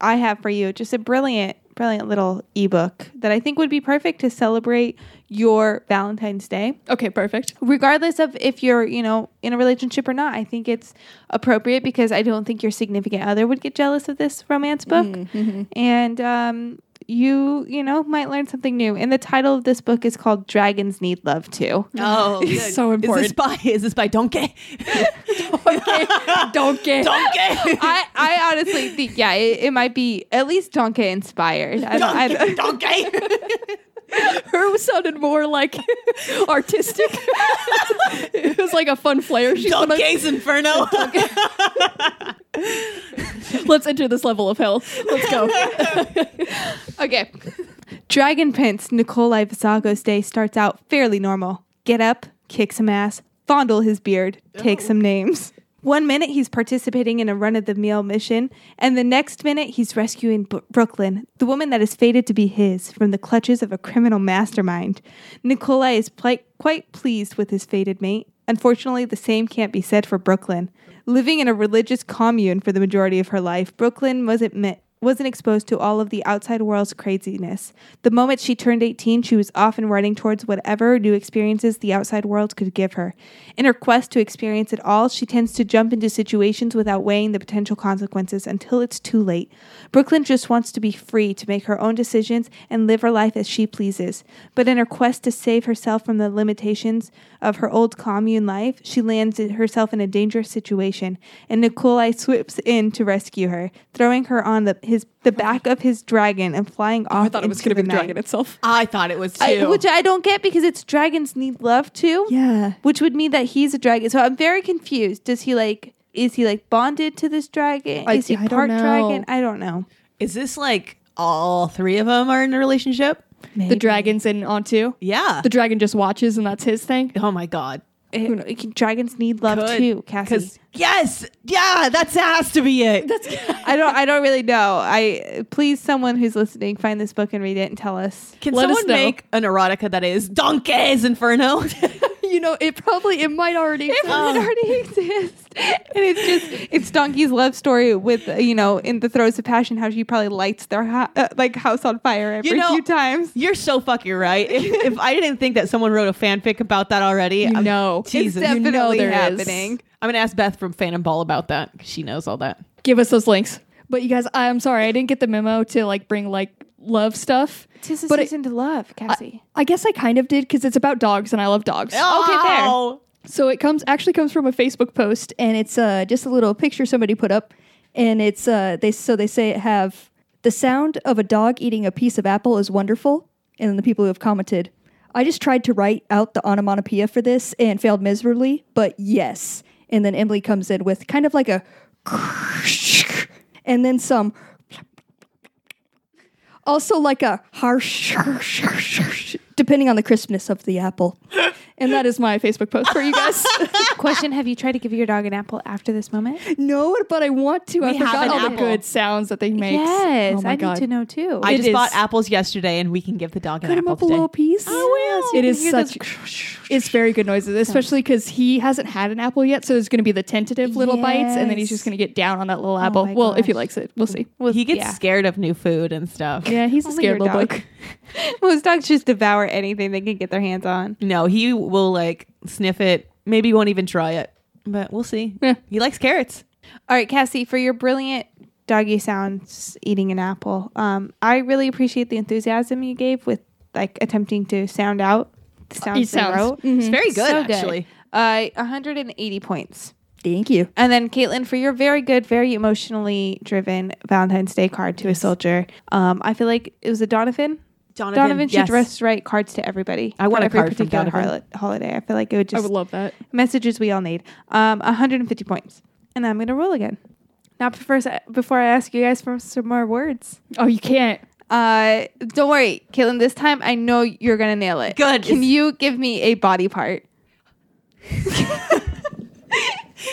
Speaker 1: I have for you just a brilliant, brilliant little ebook that I think would be perfect to celebrate your Valentine's Day.
Speaker 2: Okay, perfect.
Speaker 1: Regardless of if you're, you know, in a relationship or not, I think it's appropriate because I don't think your significant other would get jealous of this romance book.
Speaker 3: Mm, mm-hmm.
Speaker 1: And um you, you know, might learn something new. And the title of this book is called Dragons Need Love Too.
Speaker 3: Oh,
Speaker 2: It's so
Speaker 3: Is this by is this by Donkey?
Speaker 2: Don't get
Speaker 3: Donkey.
Speaker 1: I, I honestly think, yeah, it, it might be at least Donka inspired. I don't, I don't,
Speaker 3: Donkey.
Speaker 2: her sounded more like artistic. it was like a fun flair. She's gonna-
Speaker 3: Donkey's Inferno.
Speaker 2: let's enter this level of hell. Let's go.
Speaker 1: Okay. Dragon Prince Nikolai Visago's day starts out fairly normal. Get up, kick some ass, fondle his beard, take some names. One minute he's participating in a run of the mill mission, and the next minute he's rescuing B- Brooklyn, the woman that is fated to be his, from the clutches of a criminal mastermind. Nikolai is pli- quite pleased with his fated mate. Unfortunately, the same can't be said for Brooklyn. Living in a religious commune for the majority of her life, Brooklyn wasn't met wasn't exposed to all of the outside world's craziness. The moment she turned 18, she was off and running towards whatever new experiences the outside world could give her. In her quest to experience it all, she tends to jump into situations without weighing the potential consequences until it's too late. Brooklyn just wants to be free to make her own decisions and live her life as she pleases. But in her quest to save herself from the limitations of her old commune life, she lands herself in a dangerous situation, and Nikolai swoops in to rescue her, throwing her on the his the back of his dragon and flying off.
Speaker 2: Oh, I thought it was
Speaker 1: into
Speaker 2: going to be the
Speaker 1: night.
Speaker 2: dragon itself.
Speaker 3: I thought it was too.
Speaker 1: I, which I don't get because it's dragons need love too.
Speaker 2: Yeah.
Speaker 1: Which would mean that he's a dragon. So I'm very confused. Does he like is he like bonded to this dragon?
Speaker 2: I-
Speaker 1: is he
Speaker 2: I don't
Speaker 1: part
Speaker 2: know.
Speaker 1: dragon? I don't know.
Speaker 3: is this like all three of them are in a relationship?
Speaker 2: The dragon's in onto.
Speaker 3: Yeah.
Speaker 2: The dragon just watches and that's his thing.
Speaker 3: oh my god.
Speaker 1: Eh, dragons need love
Speaker 3: Good.
Speaker 1: too, Cassie.
Speaker 3: 'Cause- yes, yeah, that has to be it.
Speaker 1: I don't. I don't really know. I please, someone who's listening, find this book and read it and tell us.
Speaker 3: Can
Speaker 2: Let us
Speaker 3: someone
Speaker 2: know.
Speaker 3: make an erotica that is Donkey's Inferno?
Speaker 2: You know, it probably it might already exist.
Speaker 1: It already exists, and it's just it's Donkey's love story with uh, you know in the throes of passion how she probably lights their ho- uh, like house on fire every
Speaker 3: You know-
Speaker 1: few times.
Speaker 3: You're so fucking right. If, if I didn't think that someone wrote a fanfic about that already,
Speaker 2: You
Speaker 3: I'm-
Speaker 2: know.
Speaker 3: Jesus.
Speaker 1: it's
Speaker 2: You know
Speaker 1: definitely
Speaker 2: there is.
Speaker 1: happening.
Speaker 3: I'm gonna ask Beth from Phantom Ball about that. 'cause She knows all that.
Speaker 2: Give us those links. But you guys, I'm sorry, I didn't get the memo to like bring like love stuff.
Speaker 1: Tis a
Speaker 2: But it-
Speaker 1: season to love, Cassie.
Speaker 2: I guess I kind of did because it's about dogs and I love dogs.
Speaker 3: Oh.
Speaker 2: So it comes actually comes from a Facebook post and it's uh, just a little picture somebody put up
Speaker 4: and it's uh they so they say it have the sound of a dog eating a piece of apple is wonderful and then the people who have commented i just tried to write out the onomatopoeia for this and failed miserably but yes and then emily comes in with kind of like a and then some also like a harsh depending on the crispness of the apple
Speaker 2: and that is my Facebook post for you guys.
Speaker 1: Question: Have you tried to give your dog an apple after this moment?
Speaker 2: no, but I want to. I
Speaker 3: We have
Speaker 2: forgot
Speaker 3: an
Speaker 2: all the
Speaker 3: apple.
Speaker 2: good sounds that they make.
Speaker 1: Yes,
Speaker 2: oh my
Speaker 1: I
Speaker 2: God.
Speaker 1: need to know too.
Speaker 3: I
Speaker 2: It
Speaker 3: just
Speaker 2: is-
Speaker 3: bought apples yesterday, and we can give the dog an
Speaker 2: Cut him
Speaker 3: apple
Speaker 2: up a little
Speaker 3: today.
Speaker 2: piece.
Speaker 3: Oh,
Speaker 2: It
Speaker 1: You
Speaker 2: is
Speaker 1: hear
Speaker 2: such. It's very good noises, especially because he hasn't had an apple yet, so there's going to be the tentative little bites, and then he's
Speaker 1: Yes.
Speaker 2: just going to get down on that
Speaker 4: Oh
Speaker 2: little apple.
Speaker 1: my
Speaker 2: well, if he
Speaker 1: gosh.
Speaker 2: likes it, we'll see.
Speaker 1: Well,
Speaker 3: He gets
Speaker 1: yeah.
Speaker 3: scared of new food and stuff.
Speaker 2: Yeah, he's a
Speaker 1: Only
Speaker 2: scared
Speaker 1: your
Speaker 2: little
Speaker 1: dog.
Speaker 2: boy.
Speaker 1: Most dogs just devour anything they can get their hands on.
Speaker 3: No, he will like sniff it. Maybe won't even try it, but we'll see.
Speaker 2: Yeah.
Speaker 3: He likes carrots.
Speaker 1: All right, Cassie, for your brilliant doggy sounds eating an apple, um, I really appreciate the enthusiasm you gave with like attempting to sound out the sounds
Speaker 2: He sounds.
Speaker 1: they wrote.
Speaker 3: It's very good,
Speaker 1: So
Speaker 3: actually.
Speaker 1: Uh, 180 points.
Speaker 4: thank you
Speaker 1: And then Caitlin, for your very good, very emotionally driven Valentine's Day card to a soldier. Um, I feel like it was a Donovan.
Speaker 3: Donovan,
Speaker 1: Donovan should
Speaker 3: yes.
Speaker 1: just write cards to everybody.
Speaker 3: I
Speaker 1: for
Speaker 3: want a
Speaker 1: every
Speaker 3: card from
Speaker 1: particular
Speaker 3: Donovan.
Speaker 1: harlo- holiday. I feel like it would
Speaker 2: I
Speaker 1: just
Speaker 2: would love that.
Speaker 1: messages we all need. Um, 150 points, and I'm gonna roll again. Not before before I ask you guys for some more words.
Speaker 2: Oh, you can't.
Speaker 1: Uh, don't worry, Caitlin. This time I know you're gonna nail it.
Speaker 3: Good.
Speaker 1: Can you give me a body part?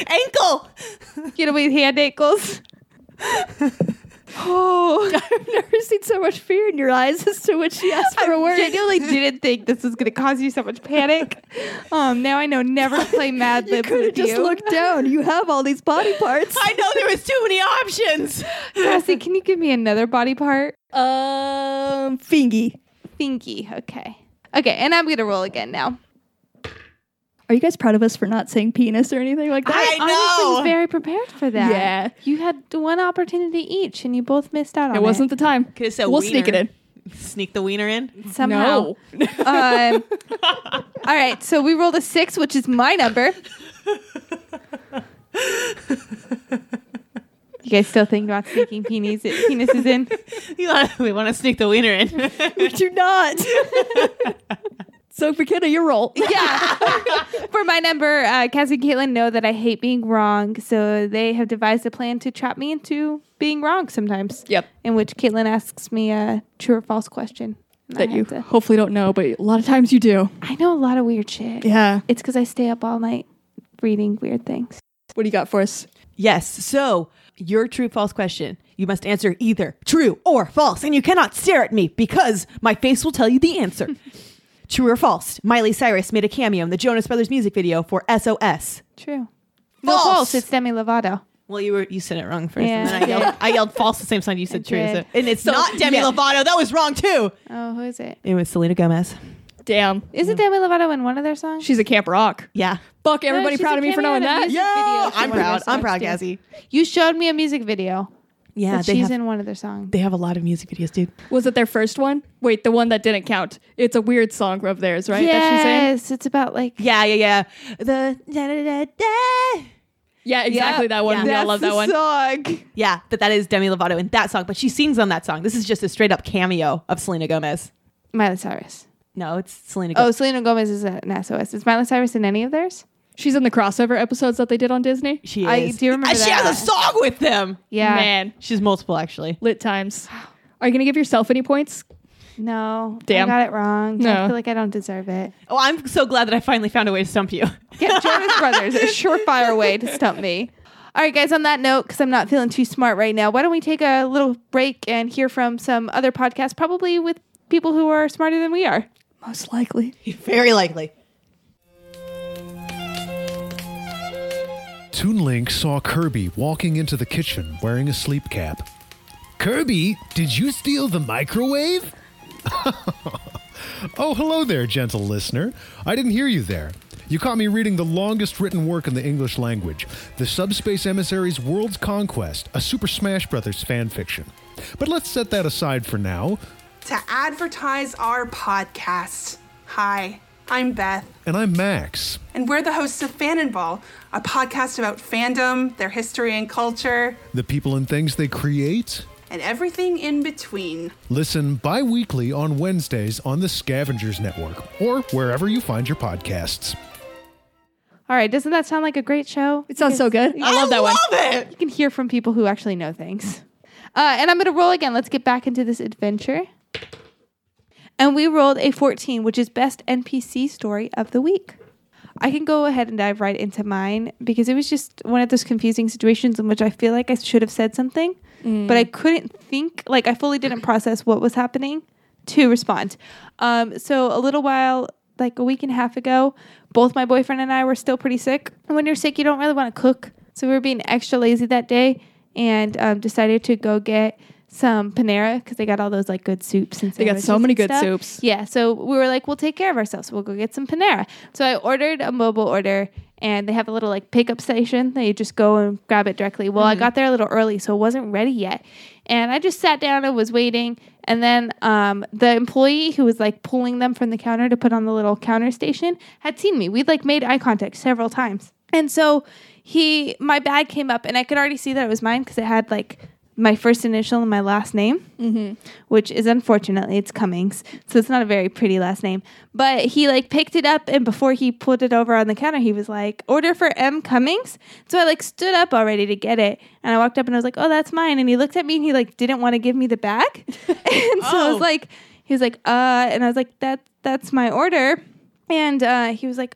Speaker 3: Ankle.
Speaker 1: You know, with hand ankles. oh,
Speaker 4: I've never seen so much fear in your eyes as to which she asked for a
Speaker 1: I
Speaker 4: word.
Speaker 1: genuinely didn't think this was gonna cause you so much panic. Um, now I know never to play Mad Libs
Speaker 4: Could have
Speaker 1: with
Speaker 4: just
Speaker 1: you.
Speaker 4: looked down. You have all these body parts.
Speaker 3: I know there was too many options.
Speaker 1: Cassie, can you give me another body part?
Speaker 4: Um, fingy.
Speaker 1: Thingy. Okay. Okay, and I'm gonna roll again now.
Speaker 4: Are you guys proud of us for not saying penis or anything like that?
Speaker 3: I
Speaker 1: honestly
Speaker 3: know.
Speaker 1: was very prepared for that.
Speaker 2: Yeah.
Speaker 1: You had one opportunity each and you both missed out on it.
Speaker 2: It wasn't the time.
Speaker 3: Could have said
Speaker 2: we'll sneak it
Speaker 3: wiener.
Speaker 2: in.
Speaker 3: Sneak the wiener in.
Speaker 1: somehow. Um, all right, so we rolled a six, which is my number. You guys still think about sneaking penis penises in?
Speaker 3: You wanna, we want to sneak the wiener in.
Speaker 4: We do not. so, Fakina, your roll.
Speaker 1: Yeah. For my number, uh, Cassie and Caitlin know that I hate being wrong, so they have devised a plan to trap me into being wrong sometimes.
Speaker 2: Yep.
Speaker 1: In which Caitlin asks me a true or false question. and I
Speaker 2: That
Speaker 1: have
Speaker 2: you
Speaker 1: to-
Speaker 2: hopefully don't know, but a lot of times you do.
Speaker 1: I know a lot of weird shit.
Speaker 2: Yeah.
Speaker 1: It's because I stay up all night reading weird things.
Speaker 2: What do you got for us?
Speaker 3: Yes. So, your true false question. You must answer either true or false, and you cannot stare at me because my face will tell you the answer. true or false? Miley Cyrus made a cameo in the Jonas Brothers music video for SOS.
Speaker 1: True.
Speaker 3: No,
Speaker 1: False.
Speaker 3: false.
Speaker 1: It's Demi Lovato.
Speaker 3: Well, you were you said it wrong first,
Speaker 1: Yeah,
Speaker 3: and then
Speaker 1: I
Speaker 3: I yelled,
Speaker 1: did.
Speaker 3: I yelled false the same time you said
Speaker 1: I
Speaker 3: true.
Speaker 1: did.
Speaker 3: so- and it's not Demi Lovato. That was wrong too.
Speaker 1: Oh, who is it?
Speaker 3: It was Selena Gomez.
Speaker 2: Damn.
Speaker 1: Isn't Demi Lovato in one of their songs?
Speaker 2: She's a camp rock.
Speaker 3: Yeah.
Speaker 2: Fuck everybody
Speaker 1: she's a
Speaker 2: proud of me for
Speaker 1: cameo in
Speaker 2: knowing
Speaker 1: a
Speaker 2: that.
Speaker 1: music-
Speaker 3: Yeah,
Speaker 1: video for
Speaker 3: I'm
Speaker 1: one of
Speaker 3: proud.
Speaker 1: their
Speaker 3: I'm
Speaker 1: songs,
Speaker 3: proud,
Speaker 1: too.
Speaker 3: Cassie.
Speaker 1: you showed me a music video
Speaker 3: Yeah,
Speaker 1: that
Speaker 3: they
Speaker 1: she's
Speaker 3: have
Speaker 1: in one of their songs.
Speaker 3: they have a lot of music videos, dude.
Speaker 2: Was it their first one? Wait, the one that didn't count. It's a weird song of theirs, right? That she sang?
Speaker 1: yes, it's about like
Speaker 3: Yeah, yeah, yeah. The da da da da.
Speaker 2: Yeah, exactly that one.
Speaker 3: Yeah.
Speaker 2: We all
Speaker 1: That's
Speaker 2: love that
Speaker 1: the
Speaker 2: one.
Speaker 1: Song.
Speaker 3: Yeah, but that is Demi Lovato in that song, but she sings on that song. This is just a straight up cameo of Selena Gomez.
Speaker 1: Miley Cyrus.
Speaker 3: No, it's Selena
Speaker 1: Oh,
Speaker 3: Gomez.
Speaker 1: Selena Gomez is an SOS. Is Miley Cyrus in any of theirs?
Speaker 2: She's in the crossover episodes that they did on Disney.
Speaker 3: Oh, she is.
Speaker 1: I do remember
Speaker 3: And she
Speaker 1: that.
Speaker 3: has a song with them.
Speaker 1: Yeah.
Speaker 2: Man,
Speaker 3: She's multiple, actually.
Speaker 2: lit times. Are you gonna give yourself any points?
Speaker 1: No.
Speaker 2: Damn.
Speaker 1: I got it wrong. I
Speaker 2: No.
Speaker 1: feel like I don't deserve it.
Speaker 3: Oh, I'm so glad that I finally found a way to stump you.
Speaker 1: Get Jonas Brothers, a surefire way to stump me. All right, guys, on that note, because I'm not feeling too smart right now, why don't we take a little break and hear from some other podcasts, probably with people who are smarter than we are?
Speaker 4: Most likely.
Speaker 3: Very likely.
Speaker 5: Toonlink saw Kirby walking into the kitchen wearing a sleep cap. Kirby, did you steal the microwave? oh, hello there, gentle listener. I didn't hear you there. You caught me reading the longest written work in the English language The Subspace Emissary's World's Conquest, a Super Smash Brothers fan fiction. But let's set that aside for now,
Speaker 6: to advertise our podcast. Hi, I'm Beth,
Speaker 5: and I'm Max.
Speaker 6: and we're the hosts of Fan and Ball, a podcast about fandom, their history and culture,
Speaker 5: The people and things they create?
Speaker 6: and everything in between.
Speaker 5: Listen bi weekly on Wednesdays on the Scavengers Network or wherever you find your podcasts.
Speaker 1: All right, doesn't that sound like a great show?
Speaker 4: It sounds so good.
Speaker 2: I
Speaker 1: Oh,
Speaker 2: love that one.
Speaker 1: You can hear from people who actually know things. Uh, and I'm going to roll again. Let's get back into this adventure. And we rolled a 14, which is best NPC story of the week. I can go ahead and dive right into mine because it was just one of those confusing situations in which I feel like I should have said something, but
Speaker 2: Mm.
Speaker 1: I couldn't think, like, I fully didn't process what was happening to respond. Um, so, a little while, like a week and a half ago, both my boyfriend and I were still pretty sick. And when you're sick, you don't really want to cook. So, we were being extra lazy that day and um, decided to go get some Panera because they got all those like good soups and
Speaker 2: They got
Speaker 1: sandwiches
Speaker 2: so many
Speaker 1: and
Speaker 2: good
Speaker 1: stuff.
Speaker 2: soups.
Speaker 1: Yeah, so we were like, we'll take care of ourselves. We'll go get some Panera. So I ordered a mobile order, and they have a little like pickup station that you just go and grab it directly. Well, I got there a little early, so it wasn't ready yet, and I just sat down and was waiting. And then um, the employee who was like pulling them from the counter to put on the little counter station had seen me. We'd like made eye contact several times, and so he, my bag came up, and I could already see that it was mine because it had like my first initial and my last name, which is unfortunately it's Cummings, so it's not a very pretty last name. But he like picked it up, and before he put it over on the counter, he was like, "Order for M Cummings." So I like stood up already to get it, and I walked up and I was like, "Oh, that's mine." And he looked at me and he like didn't want to give me the bag, and so I
Speaker 3: Oh.
Speaker 1: was like, he was like, "Uh," and I was like, "That that's my order," and uh, he was like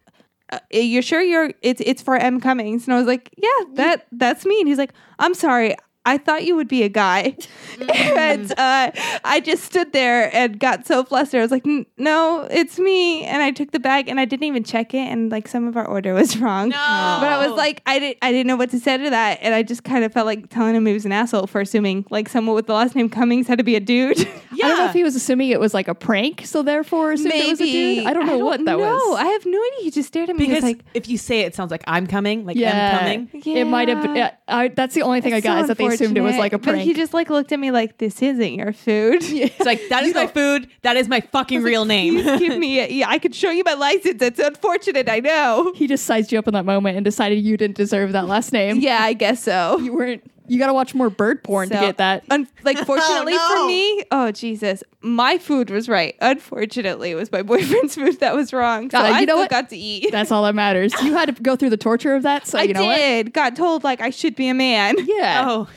Speaker 1: uh, you're sure you're it's it's for M Cummings and I was like yeah that that's me and he's like I'm sorry I thought you would be a guy and uh, I just stood there and got so flustered I was like "N- no it's me and I took the bag and I didn't even check it and like some of our order was wrong but I was like I didn't I didn't know what to say to that and I just kind of felt like telling him he was an asshole for assuming like someone with the last name Cummings had to be a dude
Speaker 2: I don't know
Speaker 3: Yeah.
Speaker 2: if he was assuming it was like a prank, so therefore assumed it was a dude. I don't know what
Speaker 1: No,
Speaker 2: that was.
Speaker 1: I have no idea. He just stared at me. He was
Speaker 3: Because
Speaker 1: like,
Speaker 3: if you say it, it sounds like I'm coming, like
Speaker 2: yeah,
Speaker 3: I'm coming.
Speaker 2: it might have. Been,
Speaker 1: Yeah.
Speaker 2: yeah, I, that's the only thing I got is that they assumed it was like a
Speaker 1: But he
Speaker 2: prank.
Speaker 1: just like looked at me like, "This isn't your food.
Speaker 3: It's like that is my food. That is my fucking real name.
Speaker 1: Please give me. A, yeah, I could show you my license. It's unfortunate. I know.
Speaker 2: he just sized you up in that moment and decided you didn't deserve that last name.
Speaker 1: Yeah, I guess so.
Speaker 2: you weren't. You got to watch more bird porn
Speaker 1: So,
Speaker 2: to get that. Oh,
Speaker 1: Un- like, fortunately for
Speaker 6: no.
Speaker 1: me, oh Jesus, my food was right. Unfortunately, it was my boyfriend's food that was wrong. So
Speaker 2: Uh,
Speaker 1: I
Speaker 2: you know
Speaker 1: still
Speaker 2: what?
Speaker 1: got to eat.
Speaker 2: That's all that matters. You had to go through the torture of that, so
Speaker 1: I
Speaker 2: you know what?
Speaker 1: did. Got told like I should be a man.
Speaker 2: Yeah.
Speaker 3: Oh.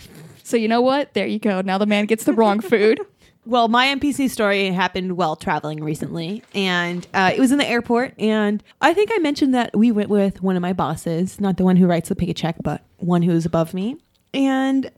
Speaker 2: So you know what? There you go. Now the man gets the wrong food.
Speaker 3: Well, my NPC story happened while traveling recently, and uh, it was in the airport. And I think I mentioned that we went with one of my bosses, not the one who writes the picket check, but one who's above me. And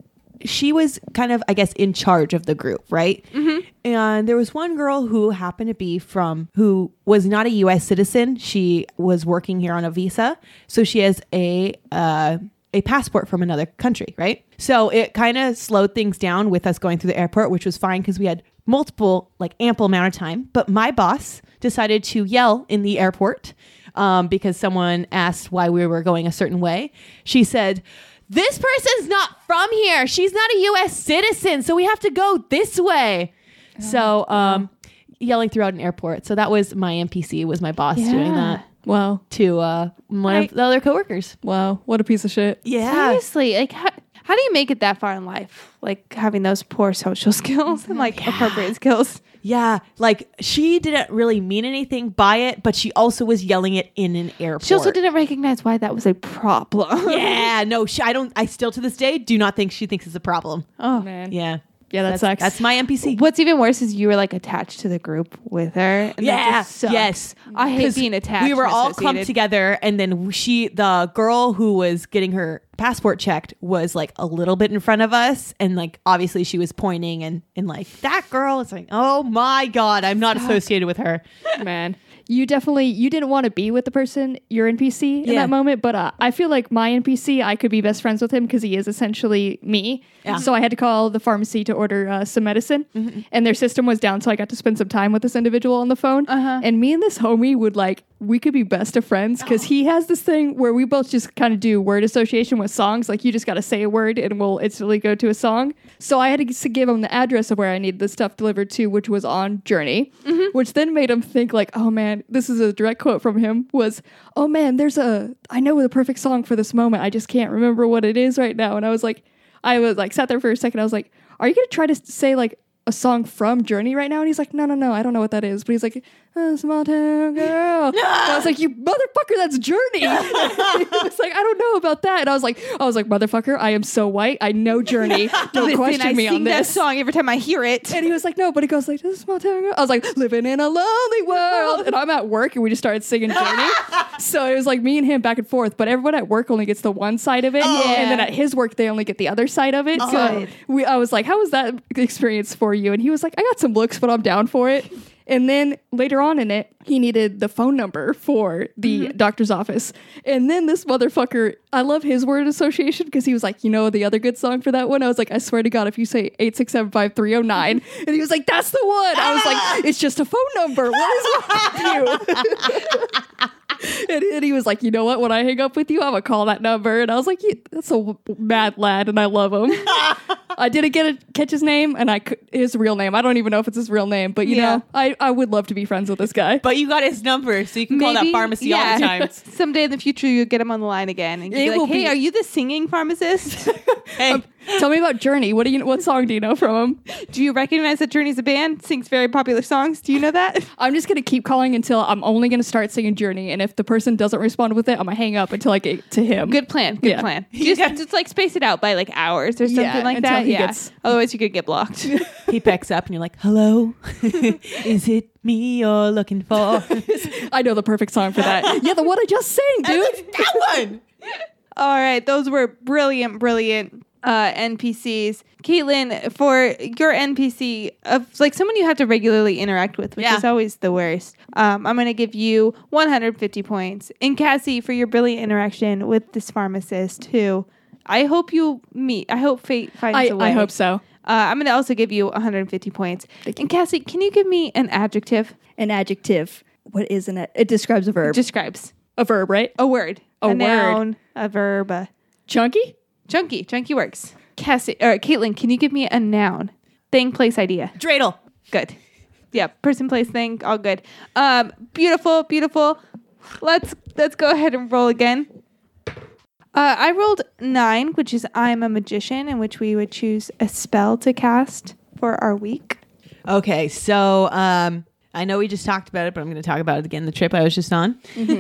Speaker 3: she was kind of, I guess, in charge of the group, right? Mm-hmm. And there was one girl who happened to be from, who was not a U.S. citizen. She was working here on a visa, so she has a. Uh, a passport from another country, right? So it kind of slowed things down with us going through the airport, which was fine because we had multiple, like ample amount of time. But my boss decided to yell in the airport um, because someone asked why we were going a certain way. She said, This person's not from here. She's not a US citizen. So we have to go this way. So, um, yelling throughout an airport. So that was my NPC, was my boss doing
Speaker 1: Yeah.
Speaker 3: that
Speaker 2: Wow.
Speaker 3: to uh, one of the other coworkers.
Speaker 2: Wow. What a piece of shit.
Speaker 3: Yeah.
Speaker 1: Seriously, like how, how do you make it that far in life? Like having those poor social skills and like appropriate skills.
Speaker 3: Yeah, like she didn't really mean anything by it, but she also was yelling it in an airport.
Speaker 1: She also didn't recognize why that was a problem.
Speaker 3: Yeah, no, she, I don't. I still to this day do not think she thinks it's a problem.
Speaker 1: Oh.
Speaker 2: Man.
Speaker 3: Yeah,
Speaker 2: Yeah, that
Speaker 3: that's
Speaker 2: sucks.
Speaker 3: that's my NPC.
Speaker 1: What's even worse is you were like attached to the group with her. And that
Speaker 3: yeah,
Speaker 1: just sucks.
Speaker 3: yes.
Speaker 1: I hate
Speaker 3: 'Cause
Speaker 1: being attached.
Speaker 3: We were
Speaker 1: and
Speaker 3: all clumped
Speaker 1: associated.
Speaker 3: together, and then she, the girl who was getting her passport checked, was like a little bit in front of us, and like obviously she was pointing and and like that girl. It's like, oh my god, I'm not associated with her.
Speaker 2: man you definitely you didn't want to be with the person your npc in
Speaker 3: Yeah.
Speaker 2: that moment but uh, i feel like my npc i could be best friends with him because he is essentially me so i had to call the pharmacy to order uh, some medicine and their system was down so i got to spend some time with this individual on the phone and me and this homie would like we could be best of friends because he has this thing where we both just kind of do word association with songs like you just got to say a word and we'll instantly go to a song so i had to s- give him the address of where i needed the stuff delivered to which was on journey which then made him think like oh man this is a direct quote from him was oh man there's a i know the perfect song for this moment i just can't remember what it is right now and i was like i was like sat there for a second i was like are you gonna try to s- say like a song from Journey right now, and he's like, "No, no, no, I don't know what that is." But he's like, a "Small town girl." And I was like, "You motherfucker, that's Journey." he was like, "I don't know about that," and I was like, "I was like, motherfucker, I am so white. I know Journey. Don't
Speaker 1: Listen,
Speaker 2: question
Speaker 1: I
Speaker 2: me
Speaker 1: sing
Speaker 2: on
Speaker 1: that
Speaker 2: this."
Speaker 1: song every time I hear it.
Speaker 2: And he was like, no, but it goes like, this is a small town girl. I was like, living in a lonely world. And I'm at work and we just started singing Journey. so it was like me and him back and forth, but everyone at work only gets the one side of it. And then at his work, they only get the other side of it. So
Speaker 1: Good.
Speaker 2: we, I was like, how was that experience for you? And he was like, I got some looks, but I'm down for it. And then later on in it, he needed the phone number for the doctor's office. And then this motherfucker, I love his word association because he was like, you know, the other good song for that one. I was like, I swear to God, if you say 8675309, and he was like, that's the one. I was like, it's just a phone number. What is wrong with you? and, and he was like, you know what? When I hang up with you, I'm going to call that number. And I was like, "Yeah, that's a w- mad lad, and I love him. I didn't get a, catch his name and I could, his real name. I don't even know if it's his real name, but you
Speaker 3: Yeah.
Speaker 2: know, I, I would love to be friends with this guy.
Speaker 3: But you got his number, so you can call that
Speaker 1: Maybe-
Speaker 3: pharmacy all the
Speaker 1: yeah.
Speaker 3: time.
Speaker 1: Someday in the future, you'll get him on the line again, and you'll be
Speaker 2: It
Speaker 1: like,
Speaker 2: will
Speaker 1: "Hey,
Speaker 2: be-
Speaker 1: are you the singing pharmacist?" Um,
Speaker 3: Hey,
Speaker 2: Tell me about Journey. What do you? What song do you know from them?
Speaker 1: Do you recognize that Journey's a band? Sings very popular songs. Do you know that?
Speaker 2: I'm just gonna keep calling until I'm only gonna start singing Journey, and if the person doesn't respond with it, I'm gonna hang up until I get to him.
Speaker 1: Good plan. Good
Speaker 2: Yeah.
Speaker 1: plan. Just, just like space it out by like hours or something
Speaker 2: Yeah,
Speaker 1: like
Speaker 2: until
Speaker 1: that.
Speaker 2: he
Speaker 1: Yeah.
Speaker 2: gets-
Speaker 1: Otherwise, you could get blocked.
Speaker 3: He picks up and you're like, hello? Is it me you're looking for?
Speaker 2: I know the perfect song for that. yeah, the one I just sang, dude.
Speaker 3: that one!
Speaker 1: All right, those were brilliant, brilliant uh, NPCs. Caitlin, for your NPC of like someone you have to regularly interact with, which
Speaker 3: Yeah.
Speaker 1: is always the worst, um, I'm going to give you 150 points. And Cassie, for your brilliant interaction with this pharmacist, who I hope you meet. I hope fate
Speaker 2: I,
Speaker 1: finds a way.
Speaker 2: I hope so.
Speaker 1: Uh, I'm going to also give you 150 points. And Cassie, can you give me an adjective?
Speaker 4: An adjective. What is an ad- it describes a verb?
Speaker 1: Describes
Speaker 2: A verb, right?
Speaker 1: a word,
Speaker 2: A word.
Speaker 1: noun, a verb. A
Speaker 2: Chunky.
Speaker 1: Junkie, junkie works. Cassie, or Caitlin, can you give me a noun? Thing, place, idea.
Speaker 3: Dreidel.
Speaker 1: Good. Yeah, person, place, thing, all good. Um, beautiful, beautiful. Let's let's go ahead and roll again. Uh, I rolled nine, which is I'm a magician, in which we would choose a spell to cast for our week.
Speaker 3: Okay, so um, I know we just talked about it, but I'm going to talk about it again. The trip I was just on,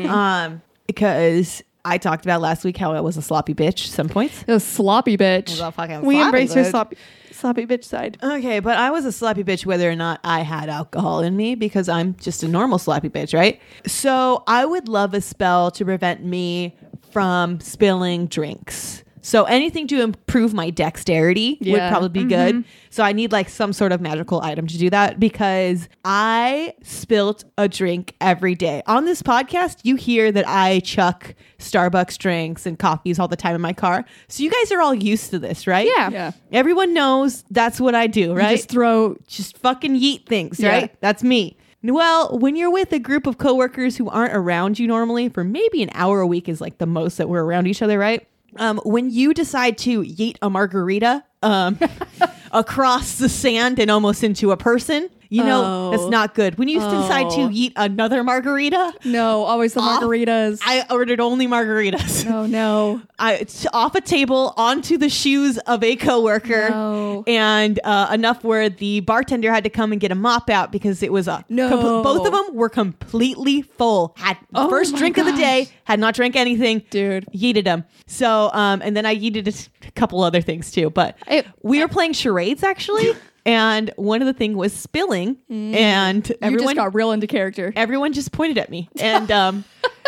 Speaker 3: um, because I talked about last week how I was a sloppy bitch. Some points,
Speaker 2: A sloppy bitch.
Speaker 1: we embrace your sloppy, sloppy bitch side.
Speaker 3: Okay, but I was a sloppy bitch whether or not I had alcohol in me because I'm just a normal sloppy bitch, right? So I would love a spell to prevent me from spilling drinks. So anything to improve my dexterity would
Speaker 2: Yeah.
Speaker 3: probably be good. So I need like some sort of magical item to do that because I spilt a drink every day. On this podcast, you hear that I chuck Starbucks drinks and coffees all the time in my car. So you guys are all used to this, right?
Speaker 1: Yeah.
Speaker 2: Yeah.
Speaker 3: Everyone knows that's what I do, right?
Speaker 2: Just throw.
Speaker 3: just fucking yeet things,
Speaker 2: Yeah.
Speaker 3: right? That's me. Well, when you're with a group of coworkers who aren't around you normally for maybe an hour a week is like the most that we're around each other, right? Um, when you decide to yeet a margarita um, across the sand and almost into a person, you know
Speaker 2: Oh.
Speaker 3: that's not good. When you decide to
Speaker 2: Oh.
Speaker 3: yeet another margarita,
Speaker 2: No, always the margaritas.
Speaker 3: I ordered only margaritas.
Speaker 2: oh no.
Speaker 3: I, it's off a table onto the shoes of a coworker,
Speaker 2: No.
Speaker 3: and uh, enough where the bartender had to come and get a mop out because it was a
Speaker 2: No.
Speaker 3: both of them were completely full. Had first
Speaker 2: Oh my
Speaker 3: drink of the day, had not drank anything,
Speaker 2: Dude.
Speaker 3: Yeeted him. So, um, and then I yeeted a s- a couple other things too. But
Speaker 1: I-
Speaker 3: we were playing charades actually, and one of the thing was spilling, and
Speaker 2: Mm. you
Speaker 3: everyone
Speaker 2: just got real into character.
Speaker 3: everyone just pointed at me, and um,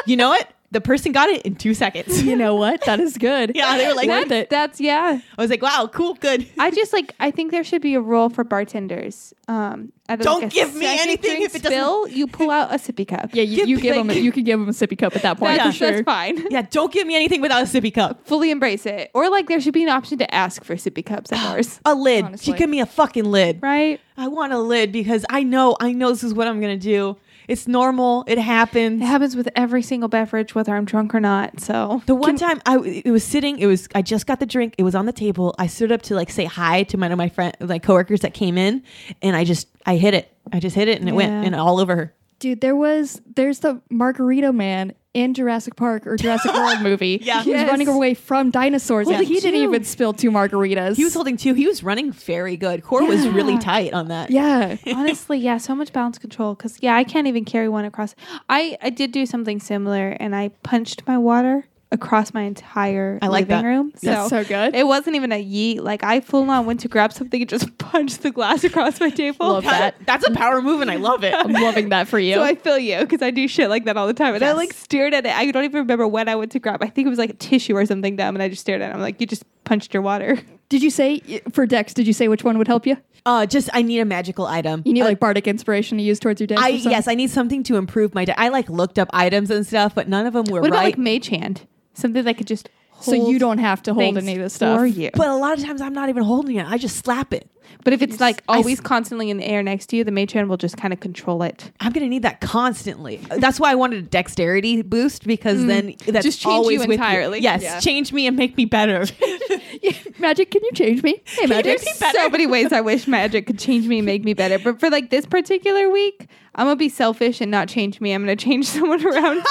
Speaker 3: you know what? The person got it in two seconds.
Speaker 2: you know what? That is good.
Speaker 3: Yeah, they were like,
Speaker 2: worth it.
Speaker 1: That's yeah.
Speaker 3: I was like, wow, cool, good.
Speaker 1: I just like I think there should be a rule for bartenders. Um, at,
Speaker 3: Don't
Speaker 1: like, a
Speaker 3: give me
Speaker 1: second
Speaker 3: anything
Speaker 1: drink
Speaker 3: if it doesn't-
Speaker 1: spill, You pull out a sippy cup.
Speaker 2: Yeah, you,
Speaker 3: Give
Speaker 2: you
Speaker 3: me-
Speaker 2: give them. A, you can give them a sippy cup at that point.
Speaker 1: that's,
Speaker 2: for sure.
Speaker 1: that's fine.
Speaker 3: Yeah, don't give me anything without a sippy cup.
Speaker 1: Fully embrace it, or like there should be an option to ask for sippy cups at bars,
Speaker 3: A lid.
Speaker 2: Honestly.
Speaker 3: She give me a fucking lid.
Speaker 1: right?
Speaker 3: I want a lid because I know, I know this is what I'm gonna do. It's normal. It happens.
Speaker 1: It happens with every single beverage, whether I'm drunk or not. So
Speaker 3: The one time I it was sitting, it was I just got the drink, it was on the table. I stood up to like say hi to one of my friend like coworkers that came in, and I just I hit it. I just hit it and it went
Speaker 1: Yeah.
Speaker 3: and all over her.
Speaker 2: Dude, there was there's the Margarito Man in Jurassic Park or Jurassic World movie.
Speaker 3: Yeah.
Speaker 2: he
Speaker 1: Yes.
Speaker 2: was running away from dinosaurs, and he didn't even spill two margaritas.
Speaker 3: He was holding two. He was running very good. Core was really tight on that.
Speaker 2: yeah.
Speaker 1: honestly, yeah, so much balance control because yeah, I can't even carry one across. I I did do something similar, and I punched my water across my entire
Speaker 3: I like
Speaker 1: living
Speaker 3: that.
Speaker 1: room.
Speaker 2: That's so good.
Speaker 1: It wasn't even a yeet. Like I full on went to grab something and just punched the glass across my table.
Speaker 2: Love that.
Speaker 3: That's a power move and I love it.
Speaker 2: I'm loving that for you.
Speaker 1: So I feel you because I do shit like that all the time. And I
Speaker 3: Yes.
Speaker 1: like stared at it. I don't even remember when I went to grab. I think it was like a tissue or something dumb, and I just stared at it. I'm like, you just punched your water.
Speaker 2: did you say for Dex? Did you say which one would help you?
Speaker 3: Uh just I need a magical item.
Speaker 2: You need like bardic inspiration to use towards your Dex. or
Speaker 3: I
Speaker 2: something?
Speaker 3: yes, I need something to improve my. De- I like looked up items and stuff, but none of them were
Speaker 1: What about
Speaker 3: right.
Speaker 1: like mage hand? Something that could just
Speaker 2: So you
Speaker 1: hold
Speaker 2: don't have to hold
Speaker 1: things
Speaker 2: any of this stuff.
Speaker 1: for you. But,
Speaker 3: but a lot of times I'm not even holding it. I just slap it.
Speaker 1: if it's like always constantly in the air next to you, the mage hand will just kind of control it.
Speaker 3: I'm gonna need that constantly. That's why I wanted a dexterity boost because then that's
Speaker 1: Mm. Just change you
Speaker 3: always with
Speaker 1: entirely.
Speaker 3: Yes,
Speaker 1: Yeah.
Speaker 3: change me and make me better.
Speaker 2: Magic, can you change me? Hey, Magic.
Speaker 1: There's so many ways I wish magic could change me and make me better. But for like this particular week, I'm gonna be selfish and not change me. I'm gonna change someone around.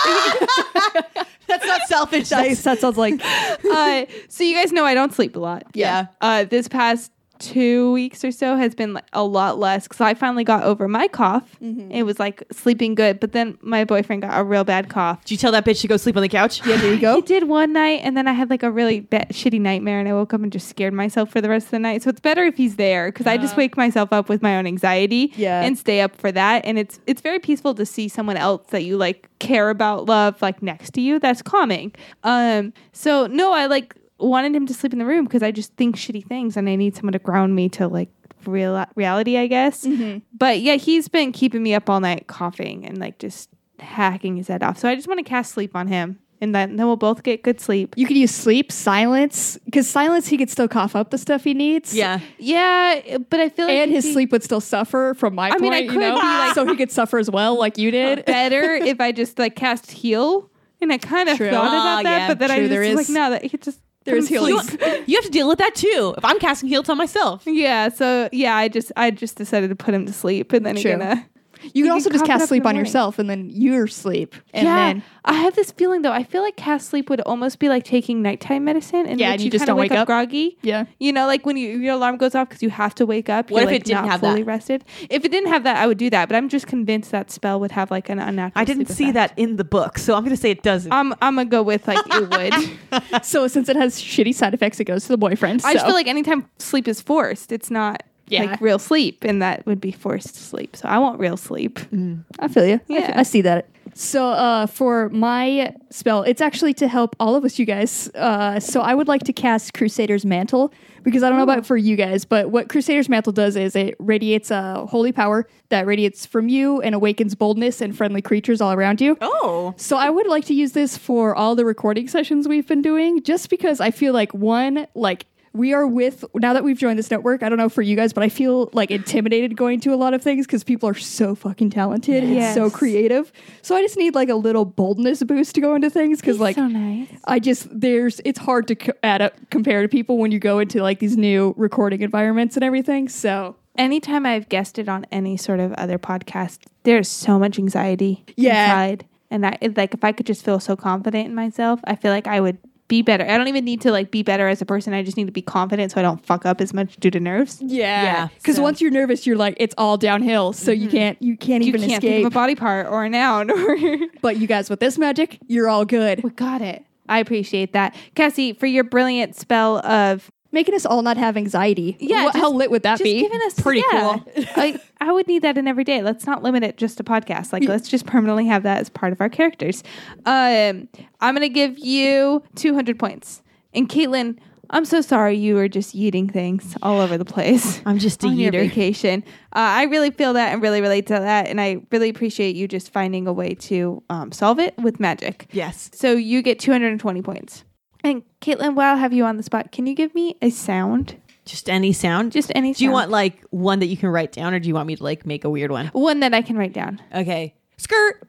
Speaker 3: That's not selfish.
Speaker 4: That,
Speaker 3: That's,
Speaker 4: that sounds like
Speaker 1: uh, so you guys know I don't sleep a lot.
Speaker 3: Yeah.
Speaker 1: Uh, this past two weeks or so has been like, a lot less because I finally got over my cough. It was like sleeping good, but then my boyfriend got a real bad cough.
Speaker 3: Did you tell that bitch to go sleep on the couch? Yeah,
Speaker 4: there you
Speaker 1: He
Speaker 4: go.
Speaker 1: did one night, and then I had like a really bad, shitty nightmare, and I woke up and just scared myself for the rest of the night. So it's better if he's there because I just wake myself up with my own anxiety
Speaker 4: Yeah.
Speaker 1: and stay up for that. And it's it's very peaceful to see someone else that you like care about, love, like next to you. That's calming. Um, so no, I like wanted him to sleep in the room because I just think shitty things, and I need someone to ground me to like. Real reality, I guess.
Speaker 2: Mm-hmm.
Speaker 1: But yeah, he's been keeping me up all night coughing and like just hacking his head off. So I just want to cast sleep on him, and then then we'll both get good sleep.
Speaker 2: You could use sleep, silence, because silence he could still cough up the stuff he needs.
Speaker 3: yeah.
Speaker 1: Yeah, but I feel like
Speaker 2: And
Speaker 1: it'd
Speaker 2: his
Speaker 1: be
Speaker 2: sleep would still suffer from my
Speaker 1: I
Speaker 2: point,
Speaker 1: mean, I
Speaker 2: you
Speaker 1: could
Speaker 2: know,
Speaker 1: be like-
Speaker 2: so he could suffer as well, like you did.
Speaker 1: better if I just like cast heal. And I kind of thought
Speaker 2: True.
Speaker 1: about
Speaker 3: Ah,
Speaker 1: that,
Speaker 3: yeah,
Speaker 1: but then I
Speaker 2: true,
Speaker 1: just
Speaker 2: there
Speaker 1: was like
Speaker 2: is-
Speaker 1: no, that he just
Speaker 2: there is
Speaker 1: come
Speaker 2: healing.
Speaker 1: sleep.
Speaker 3: You have to deal with that too. If I'm casting heal on myself,
Speaker 1: Yeah, so yeah, I just I just decided to put him to sleep, and then
Speaker 2: True.
Speaker 1: you're gonna.
Speaker 2: You could
Speaker 1: can
Speaker 2: also
Speaker 1: cough it
Speaker 2: just
Speaker 1: up
Speaker 2: cast
Speaker 1: in
Speaker 2: sleep
Speaker 1: the
Speaker 2: on
Speaker 1: morning.
Speaker 2: yourself and then your sleep. And
Speaker 1: yeah,
Speaker 2: then
Speaker 1: I have this feeling though. I feel like cast sleep would almost be like taking nighttime medicine, and
Speaker 2: Yeah,
Speaker 1: which
Speaker 2: and
Speaker 1: you,
Speaker 2: you just
Speaker 1: kinda
Speaker 2: don't wake
Speaker 1: up
Speaker 2: up.
Speaker 1: groggy.
Speaker 2: Yeah.
Speaker 1: you know, like when you, your alarm goes off because you have to wake up.
Speaker 3: What
Speaker 1: you're,
Speaker 3: if it
Speaker 1: like,
Speaker 3: didn't
Speaker 1: not
Speaker 3: have that?
Speaker 1: fully rested? If it didn't have that, I would do that. But I'm just convinced that spell would have like an unnatural.
Speaker 3: I didn't
Speaker 1: sleep
Speaker 3: see
Speaker 1: effect.
Speaker 3: that in the book, so I'm going to say it doesn't.
Speaker 1: I'm I'm gonna go with like it would.
Speaker 2: so since it has shitty side effects, it goes to the boyfriend.
Speaker 1: I just
Speaker 2: so.
Speaker 1: feel like anytime sleep is forced, it's not
Speaker 2: Yeah.
Speaker 1: like real sleep, and that would be forced sleep. So I want real sleep.
Speaker 2: Mm.
Speaker 4: I feel you. I,
Speaker 1: Yeah.
Speaker 4: fe- I see that.
Speaker 2: So uh, for my spell, it's actually to help all of us, you guys. Uh, so I would like to cast Crusader's Mantle because I don't know about for you guys, but what Crusader's Mantle does is it radiates a holy power that radiates from you and awakens boldness and friendly creatures all around you.
Speaker 3: oh.
Speaker 2: So I would like to use this for all the recording sessions we've been doing, just because I feel like one, like we are with now that we've joined this network. I don't know for you guys, but I feel like intimidated going to a lot of things because people are so fucking talented
Speaker 1: Yes.
Speaker 2: and so creative. So I just need like a little boldness boost to go into things because like
Speaker 1: nice.
Speaker 2: I just there's it's hard to co- add up compare to people when you go into like these new recording environments and everything. So
Speaker 1: Anytime I've guessed it on any sort of other podcast, there's so much anxiety
Speaker 2: Yeah.
Speaker 1: inside, and I it- like if I could just feel so confident in myself, I feel like I would be better. I don't even need to like be better as a person. I just need to be confident so I don't fuck up as much due to nerves.
Speaker 3: Yeah,
Speaker 2: yeah, because
Speaker 3: so-
Speaker 2: once you're nervous, you're like it's all downhill. So you can't you can't
Speaker 1: Mm-hmm. You
Speaker 2: even
Speaker 1: can't
Speaker 2: escape.
Speaker 1: think of a body part or a noun. Or
Speaker 2: But you guys, with this magic, you're all good.
Speaker 1: we got it. I appreciate that, Cassie, for your brilliant spell of
Speaker 4: Making us all not have anxiety.
Speaker 1: Yeah,
Speaker 2: What-
Speaker 1: just-
Speaker 2: how lit would that
Speaker 1: just
Speaker 2: be?
Speaker 1: giving us pretty cool. I, I would need that in every day. Let's not limit it just to podcasts. Like let's just permanently have that as part of our characters. Um, I'm gonna give you 200 points. And Caitlin, I'm so sorry you were just eating things all over the place.
Speaker 3: I'm just a
Speaker 1: on your
Speaker 3: yeeter.
Speaker 1: vacation. Uh, I really feel that and really relate to that, and I really appreciate you just finding a way to um, solve it with magic.
Speaker 3: Yes.
Speaker 1: So you get 220 points. And Caitlin, while I have you on the spot, can you give me a sound?
Speaker 3: Just any sound.
Speaker 1: Just any.
Speaker 3: Do you
Speaker 1: sound.
Speaker 3: want like one that you can write down, or do you want me to like make a weird one?
Speaker 1: One that I can write down.
Speaker 3: Okay. Skirt.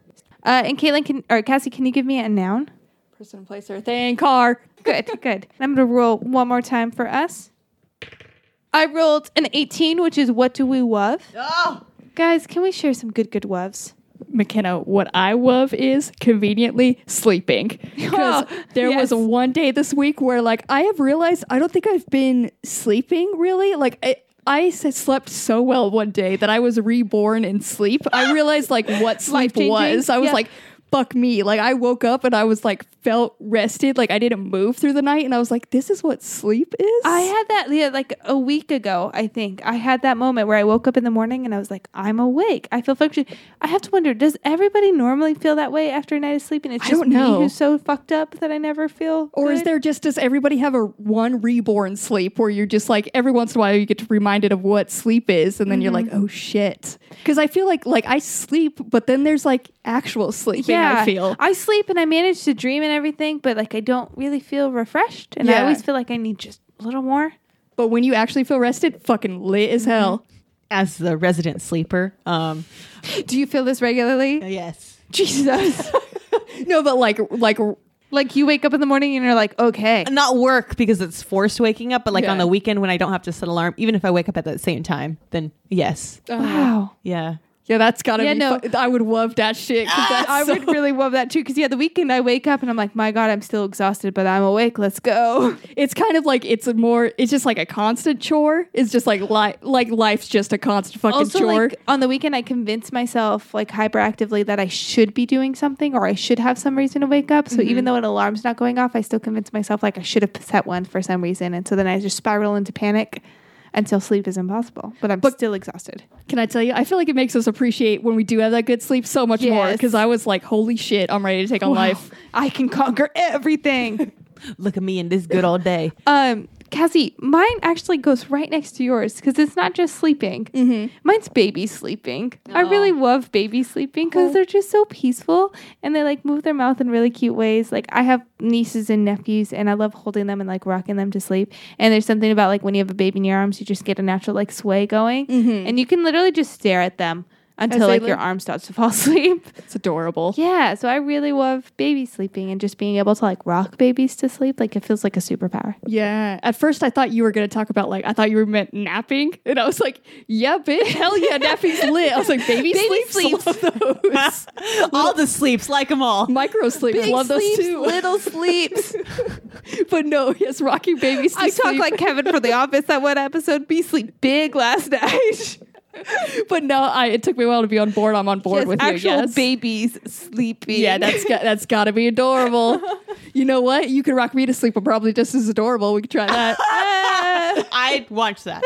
Speaker 1: Uh, and Caitlin can, or Cassie, can you give me a noun?
Speaker 2: Person, place, or thing, car.
Speaker 1: Good, good. And I'm going to roll one more time for us. I rolled an 18, which is what do we love?
Speaker 3: Oh.
Speaker 1: Guys, can we share some good, good woves?
Speaker 2: McKenna, what I love is conveniently sleeping. Because
Speaker 1: Oh,
Speaker 2: there
Speaker 1: yes.
Speaker 2: was one day this week where, like, I have realized I don't think I've been sleeping really. Like, I, I s- slept so well one day that I was reborn in sleep. I realized, like, what sleep
Speaker 1: Life-changing.
Speaker 2: was. I was
Speaker 1: Yeah.
Speaker 2: like, fuck me. Like, I woke up and I was, like, felt rested. Like, I didn't move through the night. And I was like, this is what sleep is?
Speaker 1: I had that yeah, like a week ago, I think. I had that moment where I woke up in the morning and I was like, I'm awake. I feel functioning. I have to wonder, does everybody normally feel that way after a night of sleep? And it's
Speaker 2: I
Speaker 1: just
Speaker 2: don't know.
Speaker 1: me who's so fucked up that I never feel.
Speaker 2: Or is
Speaker 1: good?
Speaker 2: there just does everybody have a one reborn sleep where you're just like every once in a while you get reminded of what sleep is and then you're like
Speaker 1: Mm-hmm.
Speaker 2: oh shit because I feel like like I sleep but then there's like actual sleeping I feel
Speaker 1: I sleep and I manage to dream and everything, but like I don't really feel refreshed, and I
Speaker 2: Yeah.
Speaker 1: always feel like I need just a little more.
Speaker 2: but when you actually feel rested fucking lit as hell
Speaker 3: As the resident sleeper. Um.
Speaker 1: Do you feel this regularly?
Speaker 3: Yes.
Speaker 1: Jesus! Mm-hmm.
Speaker 2: no but like like
Speaker 1: like you wake up in the morning and you're like, okay,
Speaker 3: Not work because it's forced waking up, but like
Speaker 2: Yeah.
Speaker 3: on the weekend when I don't have to set alarm, even if I wake up at that same time, then yes.
Speaker 1: wow.
Speaker 3: Yeah.
Speaker 2: Yeah, that's gotta
Speaker 1: Yeah,
Speaker 2: be.
Speaker 1: no.
Speaker 2: fu- I would love that shit. 'cause that's
Speaker 1: I
Speaker 2: so-
Speaker 1: would really love that too. Because yeah, the weekend I wake up and I'm like, my God, I'm still exhausted, but I'm awake. Let's go.
Speaker 2: it's kind of like it's a more. It's just like a constant chore. It's just like li- like life's just a constant fucking
Speaker 1: also,
Speaker 2: chore.
Speaker 1: like on the weekend, I convince myself like hyperactively that I should be doing something or I should have some reason to wake up. So even though an alarm's not going off, I still convince myself like I should have set one for some reason, and so then I just spiral into panic until sleep is impossible. But I'm still exhausted.
Speaker 2: Can I tell you? I feel like it makes us appreciate when we do have that good sleep so much more.
Speaker 1: Yes.
Speaker 2: Because I was like, holy shit, I'm ready to take on life.
Speaker 1: I can conquer everything.
Speaker 3: Look at me in this good old day.
Speaker 1: Um, Cassie, mine actually goes right next to yours because it's not just sleeping. Mine's baby sleeping. I really love baby sleeping because they're just so peaceful and they like move their mouth in really cute ways. Like I have nieces and nephews, and I love holding them and like rocking them to sleep. And there's something about like when you have a baby in your arms, you just get a natural like sway going, and you can literally just stare at them until
Speaker 2: they
Speaker 1: like your
Speaker 2: look-
Speaker 1: arm starts to fall asleep.
Speaker 2: It's adorable.
Speaker 1: yeah, so I really love baby sleeping and just being able to like rock babies to sleep. Like it feels like a superpower.
Speaker 2: Yeah. At first, I thought you were going to talk about like I thought you were meant napping, and I was like, "Yeah, bitch, hell yeah, napping's lit." I was like, "Baby,
Speaker 1: Baby
Speaker 2: sleeps, love those.
Speaker 3: all the sleeps, like them all.
Speaker 2: Micro sleeps, love those too."
Speaker 1: little sleeps.
Speaker 2: but no, yes, rocking babies. To
Speaker 1: I talk
Speaker 2: sleep.
Speaker 1: like Kevin for The Office that one episode. Be sleep big last night.
Speaker 2: But no, I it took me a while to be on board. I'm on board
Speaker 1: Yes,
Speaker 2: with you.
Speaker 1: actual
Speaker 2: Yes.
Speaker 1: babies sleeping.
Speaker 2: yeah, that's got, that's got to be adorable. you know what? You can rock me to sleep. I'm probably just as adorable. We could try that.
Speaker 3: I'd watch that.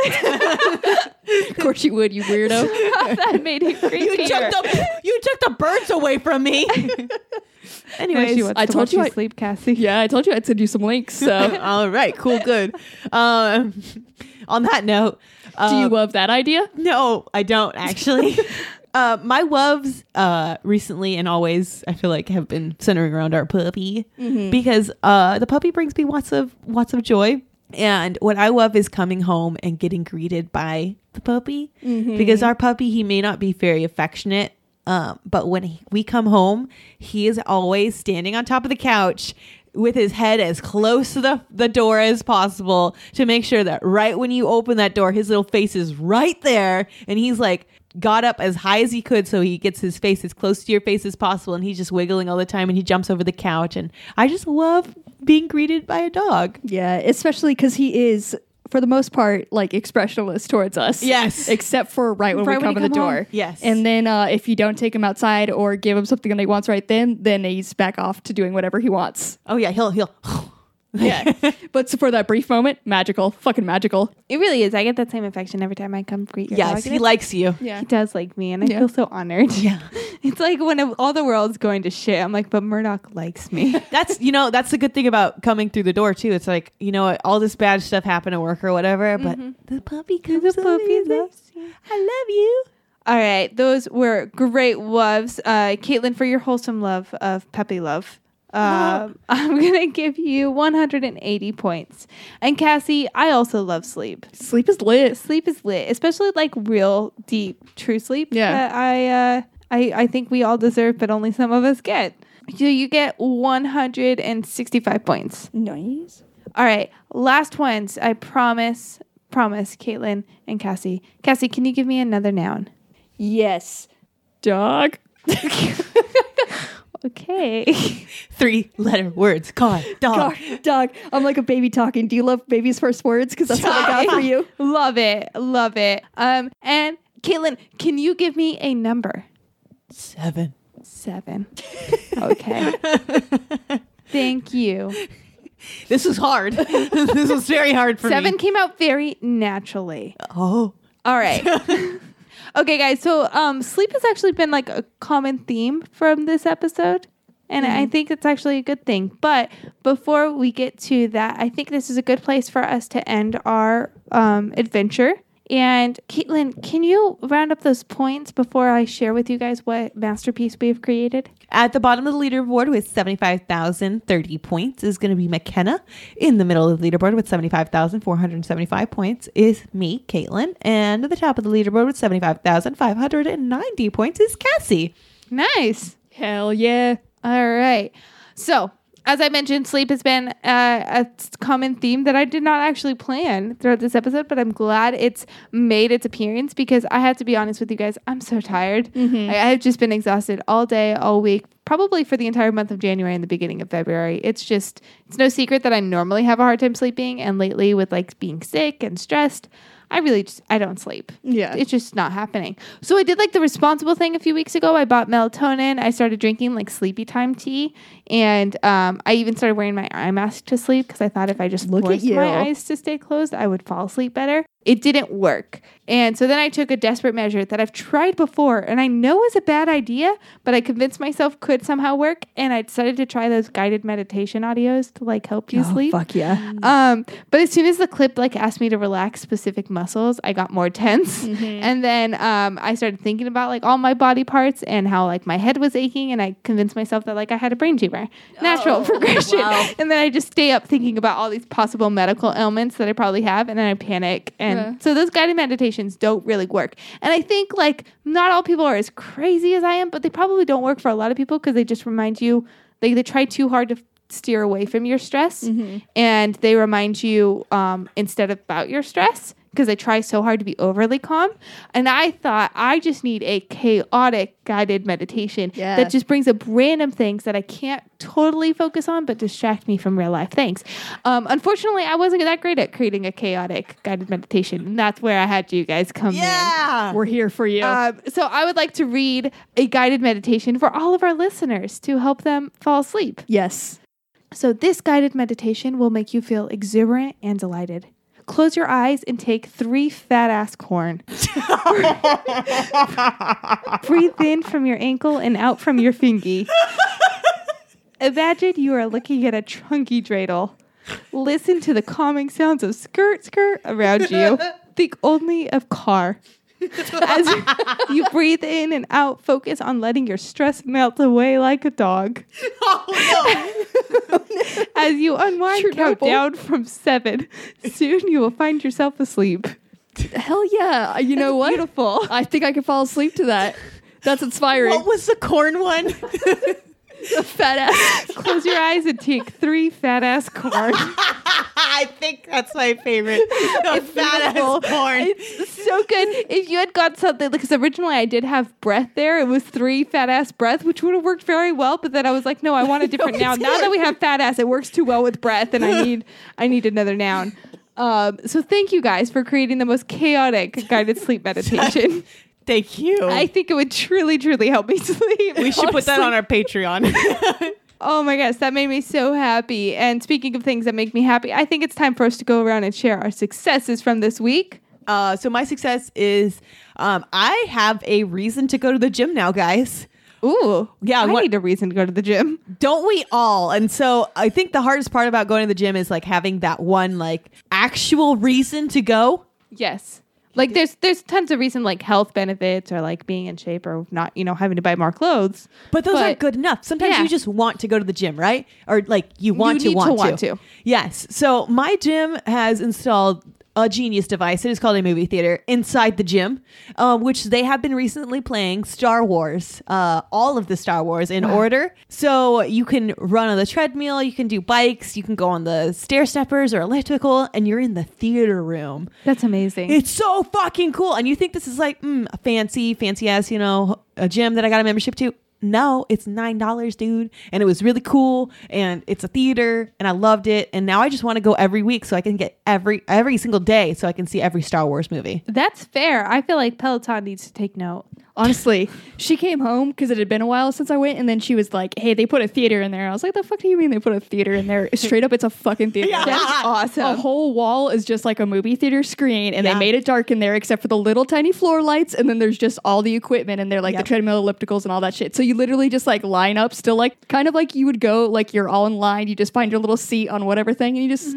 Speaker 2: of course you would, you weirdo.
Speaker 1: that made it
Speaker 3: You took
Speaker 1: creepier.
Speaker 3: the you took the birds away from me.
Speaker 1: Now she
Speaker 3: Anyways,
Speaker 1: wants
Speaker 2: I
Speaker 1: to
Speaker 2: told
Speaker 1: watch
Speaker 2: you
Speaker 1: you
Speaker 2: I-
Speaker 1: sleep, Cassie.
Speaker 2: Yeah, I told you I'd send you some links. So,
Speaker 3: Oh, all right, cool, good. Um, on that note, uh,
Speaker 2: do you love that idea?
Speaker 3: No, I don't actually. uh, my woves uh, recently and always, I feel like, have been centering around our puppy because uh, the puppy brings me lots of lots of joy. And what I love is coming home and getting greeted by the puppy because our puppy he may not be very affectionate. Um, but when he, we come home, he is always standing on top of the couch with his head as close to the, the door as possible to make sure that right when you open that door, his little face is right there. And he's like, got up as high as he could so he gets his face as close to your face as possible. And he's just wiggling all the time and he jumps over the couch. And I just love being greeted by a dog.
Speaker 4: Yeah, especially because he is, for the most part,
Speaker 2: Like expressionless towards us.
Speaker 3: Yes.
Speaker 2: Except for right when
Speaker 1: Right
Speaker 2: we
Speaker 1: when
Speaker 2: come
Speaker 1: you
Speaker 2: in the
Speaker 1: come home.
Speaker 2: door.
Speaker 3: Yes.
Speaker 2: And then uh, if you don't take him outside or give him something that he wants right then, then he's back off to doing whatever he wants.
Speaker 3: Oh, yeah, he'll, he'll.
Speaker 2: Yeah. but for that brief moment, magical, fucking magical.
Speaker 1: It really is. I get that same affection every time I come greet your
Speaker 3: yes,
Speaker 1: dog.
Speaker 3: he likes you.
Speaker 2: Yeah.
Speaker 1: He does like me, and I
Speaker 2: Yeah.
Speaker 1: feel so honored. Yeah, it's like when all the world's going to shit. I'm like, but Murdoch likes me.
Speaker 3: That's you know that's the good thing about coming through the door too. It's like you know what, all this bad stuff happened at work or whatever, but the puppy comes.
Speaker 1: Mm-hmm. the
Speaker 3: over
Speaker 1: puppy
Speaker 3: and
Speaker 1: loves
Speaker 3: says, I love you.
Speaker 1: All right, those were great loves, uh, Caitlin, for your wholesome love of puppy love. Um, I'm gonna give you 180 points, and Cassie, I also love sleep.
Speaker 2: Sleep is lit.
Speaker 1: Sleep is lit, especially like real deep, true sleep.
Speaker 2: Yeah.
Speaker 1: that I, uh, I, I think we all deserve, but only some of us get. So you get 165 points.
Speaker 4: nice.
Speaker 1: All right, last ones. I promise, promise, Caitlin and Cassie. Cassie, can you give me another noun?
Speaker 4: Yes.
Speaker 2: Dog.
Speaker 1: Okay.
Speaker 3: Three letter words. Car.
Speaker 2: Oh.
Speaker 3: Dog.
Speaker 4: Dog, dog. I'm like a baby talking. Do you love baby's first words? Because that's what I got for you.
Speaker 1: Love it. Love it. Um, and Caitlin, can you give me a number?
Speaker 3: Seven.
Speaker 1: Seven. Okay. Thank you.
Speaker 3: This was hard. this was very hard for
Speaker 1: Seven
Speaker 3: me.
Speaker 1: came out very naturally.
Speaker 3: Oh.
Speaker 1: All right. okay, guys. So um, sleep has actually been like a common theme from this episode. And I think it's actually a good thing. But before we get to that, I think this is a good place for us to end our um, adventure. And Caitlin, can you round up those points before I share with you guys what masterpiece we've created?
Speaker 3: At the bottom of the leaderboard with 75,030 points is going to be McKenna. In the middle of the leaderboard with 75,475 points is me, Caitlin. And at the top of the leaderboard with 75,590 points is Cassie.
Speaker 1: Nice.
Speaker 2: Hell yeah.
Speaker 1: All right. So As I mentioned, sleep has been uh, a s- common theme that I did not actually plan throughout this episode, but I'm glad it's made its appearance because I have to be honest with you guys, I'm so tired.
Speaker 2: Mm-hmm.
Speaker 1: I, I have just been exhausted all day, all week, probably for the entire month of January and the beginning of February. It's just, it's no secret that I normally have a hard time sleeping. And lately, with like being sick and stressed, I really just, I don't sleep.
Speaker 2: Yeah.
Speaker 1: It's just not happening. So I did like the responsible thing a few weeks ago. I bought melatonin. I started drinking like sleepy time tea. And um, I even started wearing my eye mask to sleep because I thought if I just
Speaker 4: Look at
Speaker 1: forced
Speaker 4: you.
Speaker 1: my eyes to stay closed, I would fall asleep better. It didn't work. And so then I took a desperate measure that I've tried before and I know is a bad idea, but I convinced myself could somehow work. And I decided to try those guided meditation audios to like help
Speaker 2: Oh,
Speaker 1: you sleep.
Speaker 4: Fuck yeah.
Speaker 1: Um, but as soon as the clip like asked me to relax specific muscles, I got more tense, and then um, I started thinking about like all my body parts and how like my head was aching, and I convinced myself that like I had a brain tumor, natural progression, and then I just stay up thinking about all these possible medical ailments that I probably have, and then I panic, and so those guided meditations don't really work, and I think like not all people are as crazy as I am, but they probably don't work for a lot of people because they just remind you they they try too hard to steer away from your stress and they remind you um, instead of about your stress because they try so hard to be overly calm and i thought i just need a chaotic guided meditation
Speaker 4: Yeah.
Speaker 1: that just brings up random things that i can't totally focus on but distract me from real life things um, unfortunately i wasn't that great at creating a chaotic guided meditation and that's where i had you guys come in
Speaker 2: We're here for you.
Speaker 1: um, so I would like to read a guided meditation for all of our listeners to help them fall asleep.
Speaker 4: Yes.
Speaker 1: So this guided meditation will make you feel exuberant and delighted. Close your eyes and take three fat ass corn. Breathe in from your ankle and out from your fingy. Imagine you are looking at a chunky dreidel. Listen to the calming sounds of skirt skirt around you. Think only of car. As you breathe in and out, focus on letting your stress melt away like a dog. As you unwind, count down from seven. Soon you will find yourself asleep.
Speaker 2: Hell yeah. Uh, You know what?
Speaker 1: beautiful.
Speaker 2: I think I could fall asleep to that. That's inspiring.
Speaker 3: What was the corn one?
Speaker 2: fat ass.
Speaker 1: Close your eyes and take three fat ass corn.
Speaker 3: I think that's my favorite. The fat ass corn.
Speaker 1: It's so good. If you had got something, because originally I did have breath there, it was three fat ass breath, which would have worked very well. But then I was like, no, I want a different noun. Now that we have fat ass, it works too well with breath, and I need I need another noun. Um, so thank you guys for creating the most chaotic guided sleep meditation.
Speaker 3: Thank you.
Speaker 1: I think it would truly, truly help me sleep.
Speaker 3: we should put that on our Patreon.
Speaker 1: Oh my gosh, that made me so happy. And speaking of things that make me happy, I think it's time for us to go around and share our successes from this week.
Speaker 3: uh, so my success is um, I have a reason to go to the gym now, guys.
Speaker 1: Ooh,
Speaker 3: Yeah,
Speaker 1: I
Speaker 3: what-
Speaker 1: need a reason to go to the gym.
Speaker 3: Don't we all? And so I think the hardest part about going to the gym is like having that one like actual reason to go.
Speaker 1: Yes. Like there's there's tons of reason like health benefits or like being in shape or not, you know, having to buy more clothes.
Speaker 3: But those
Speaker 1: But-
Speaker 3: aren't good enough. Sometimes
Speaker 1: Yeah.
Speaker 3: you just want to go to the gym, right? Or like you want
Speaker 1: need
Speaker 3: to
Speaker 1: to
Speaker 3: want to.
Speaker 1: want to.
Speaker 3: Yes. So my gym has installed a genius device. It is called a movie theater inside the gym, uh, which they have been recently playing Star Wars, uh, all of the Star Wars in order. So you can run on the treadmill, you can do bikes, you can go on the stair steppers or elliptical, and you're in the theater room.
Speaker 1: That's amazing.
Speaker 3: It's so fucking cool. And you think this is like mm, a fancy, fancy ass, you know, a gym that I got a membership to. No, it's nine dollars, dude. And it was really cool. And it's a theater, and I loved it. And now I just want to go every week so I can get every every single day so I can see every Star Wars movie.
Speaker 1: That's fair. I feel like Peloton needs to take note.
Speaker 2: Honestly, she came home because it had been a while since I went, and then she was like, "Hey, they put a theater in there." I was like, "The fuck do you mean they put a theater in there?" Straight up, it's a fucking theater.
Speaker 1: That's
Speaker 2: A
Speaker 1: awesome.
Speaker 2: whole wall is just like a movie theater screen, and
Speaker 3: Yeah.
Speaker 2: they made it dark in there except for the little tiny floor lights, and then there's just all the equipment in there, like
Speaker 3: Yep.
Speaker 2: the treadmill, ellipticals, and all that shit. So you literally just like line up, still like kind of like you would go, like you're all in line, you just find your little seat on whatever thing, and you just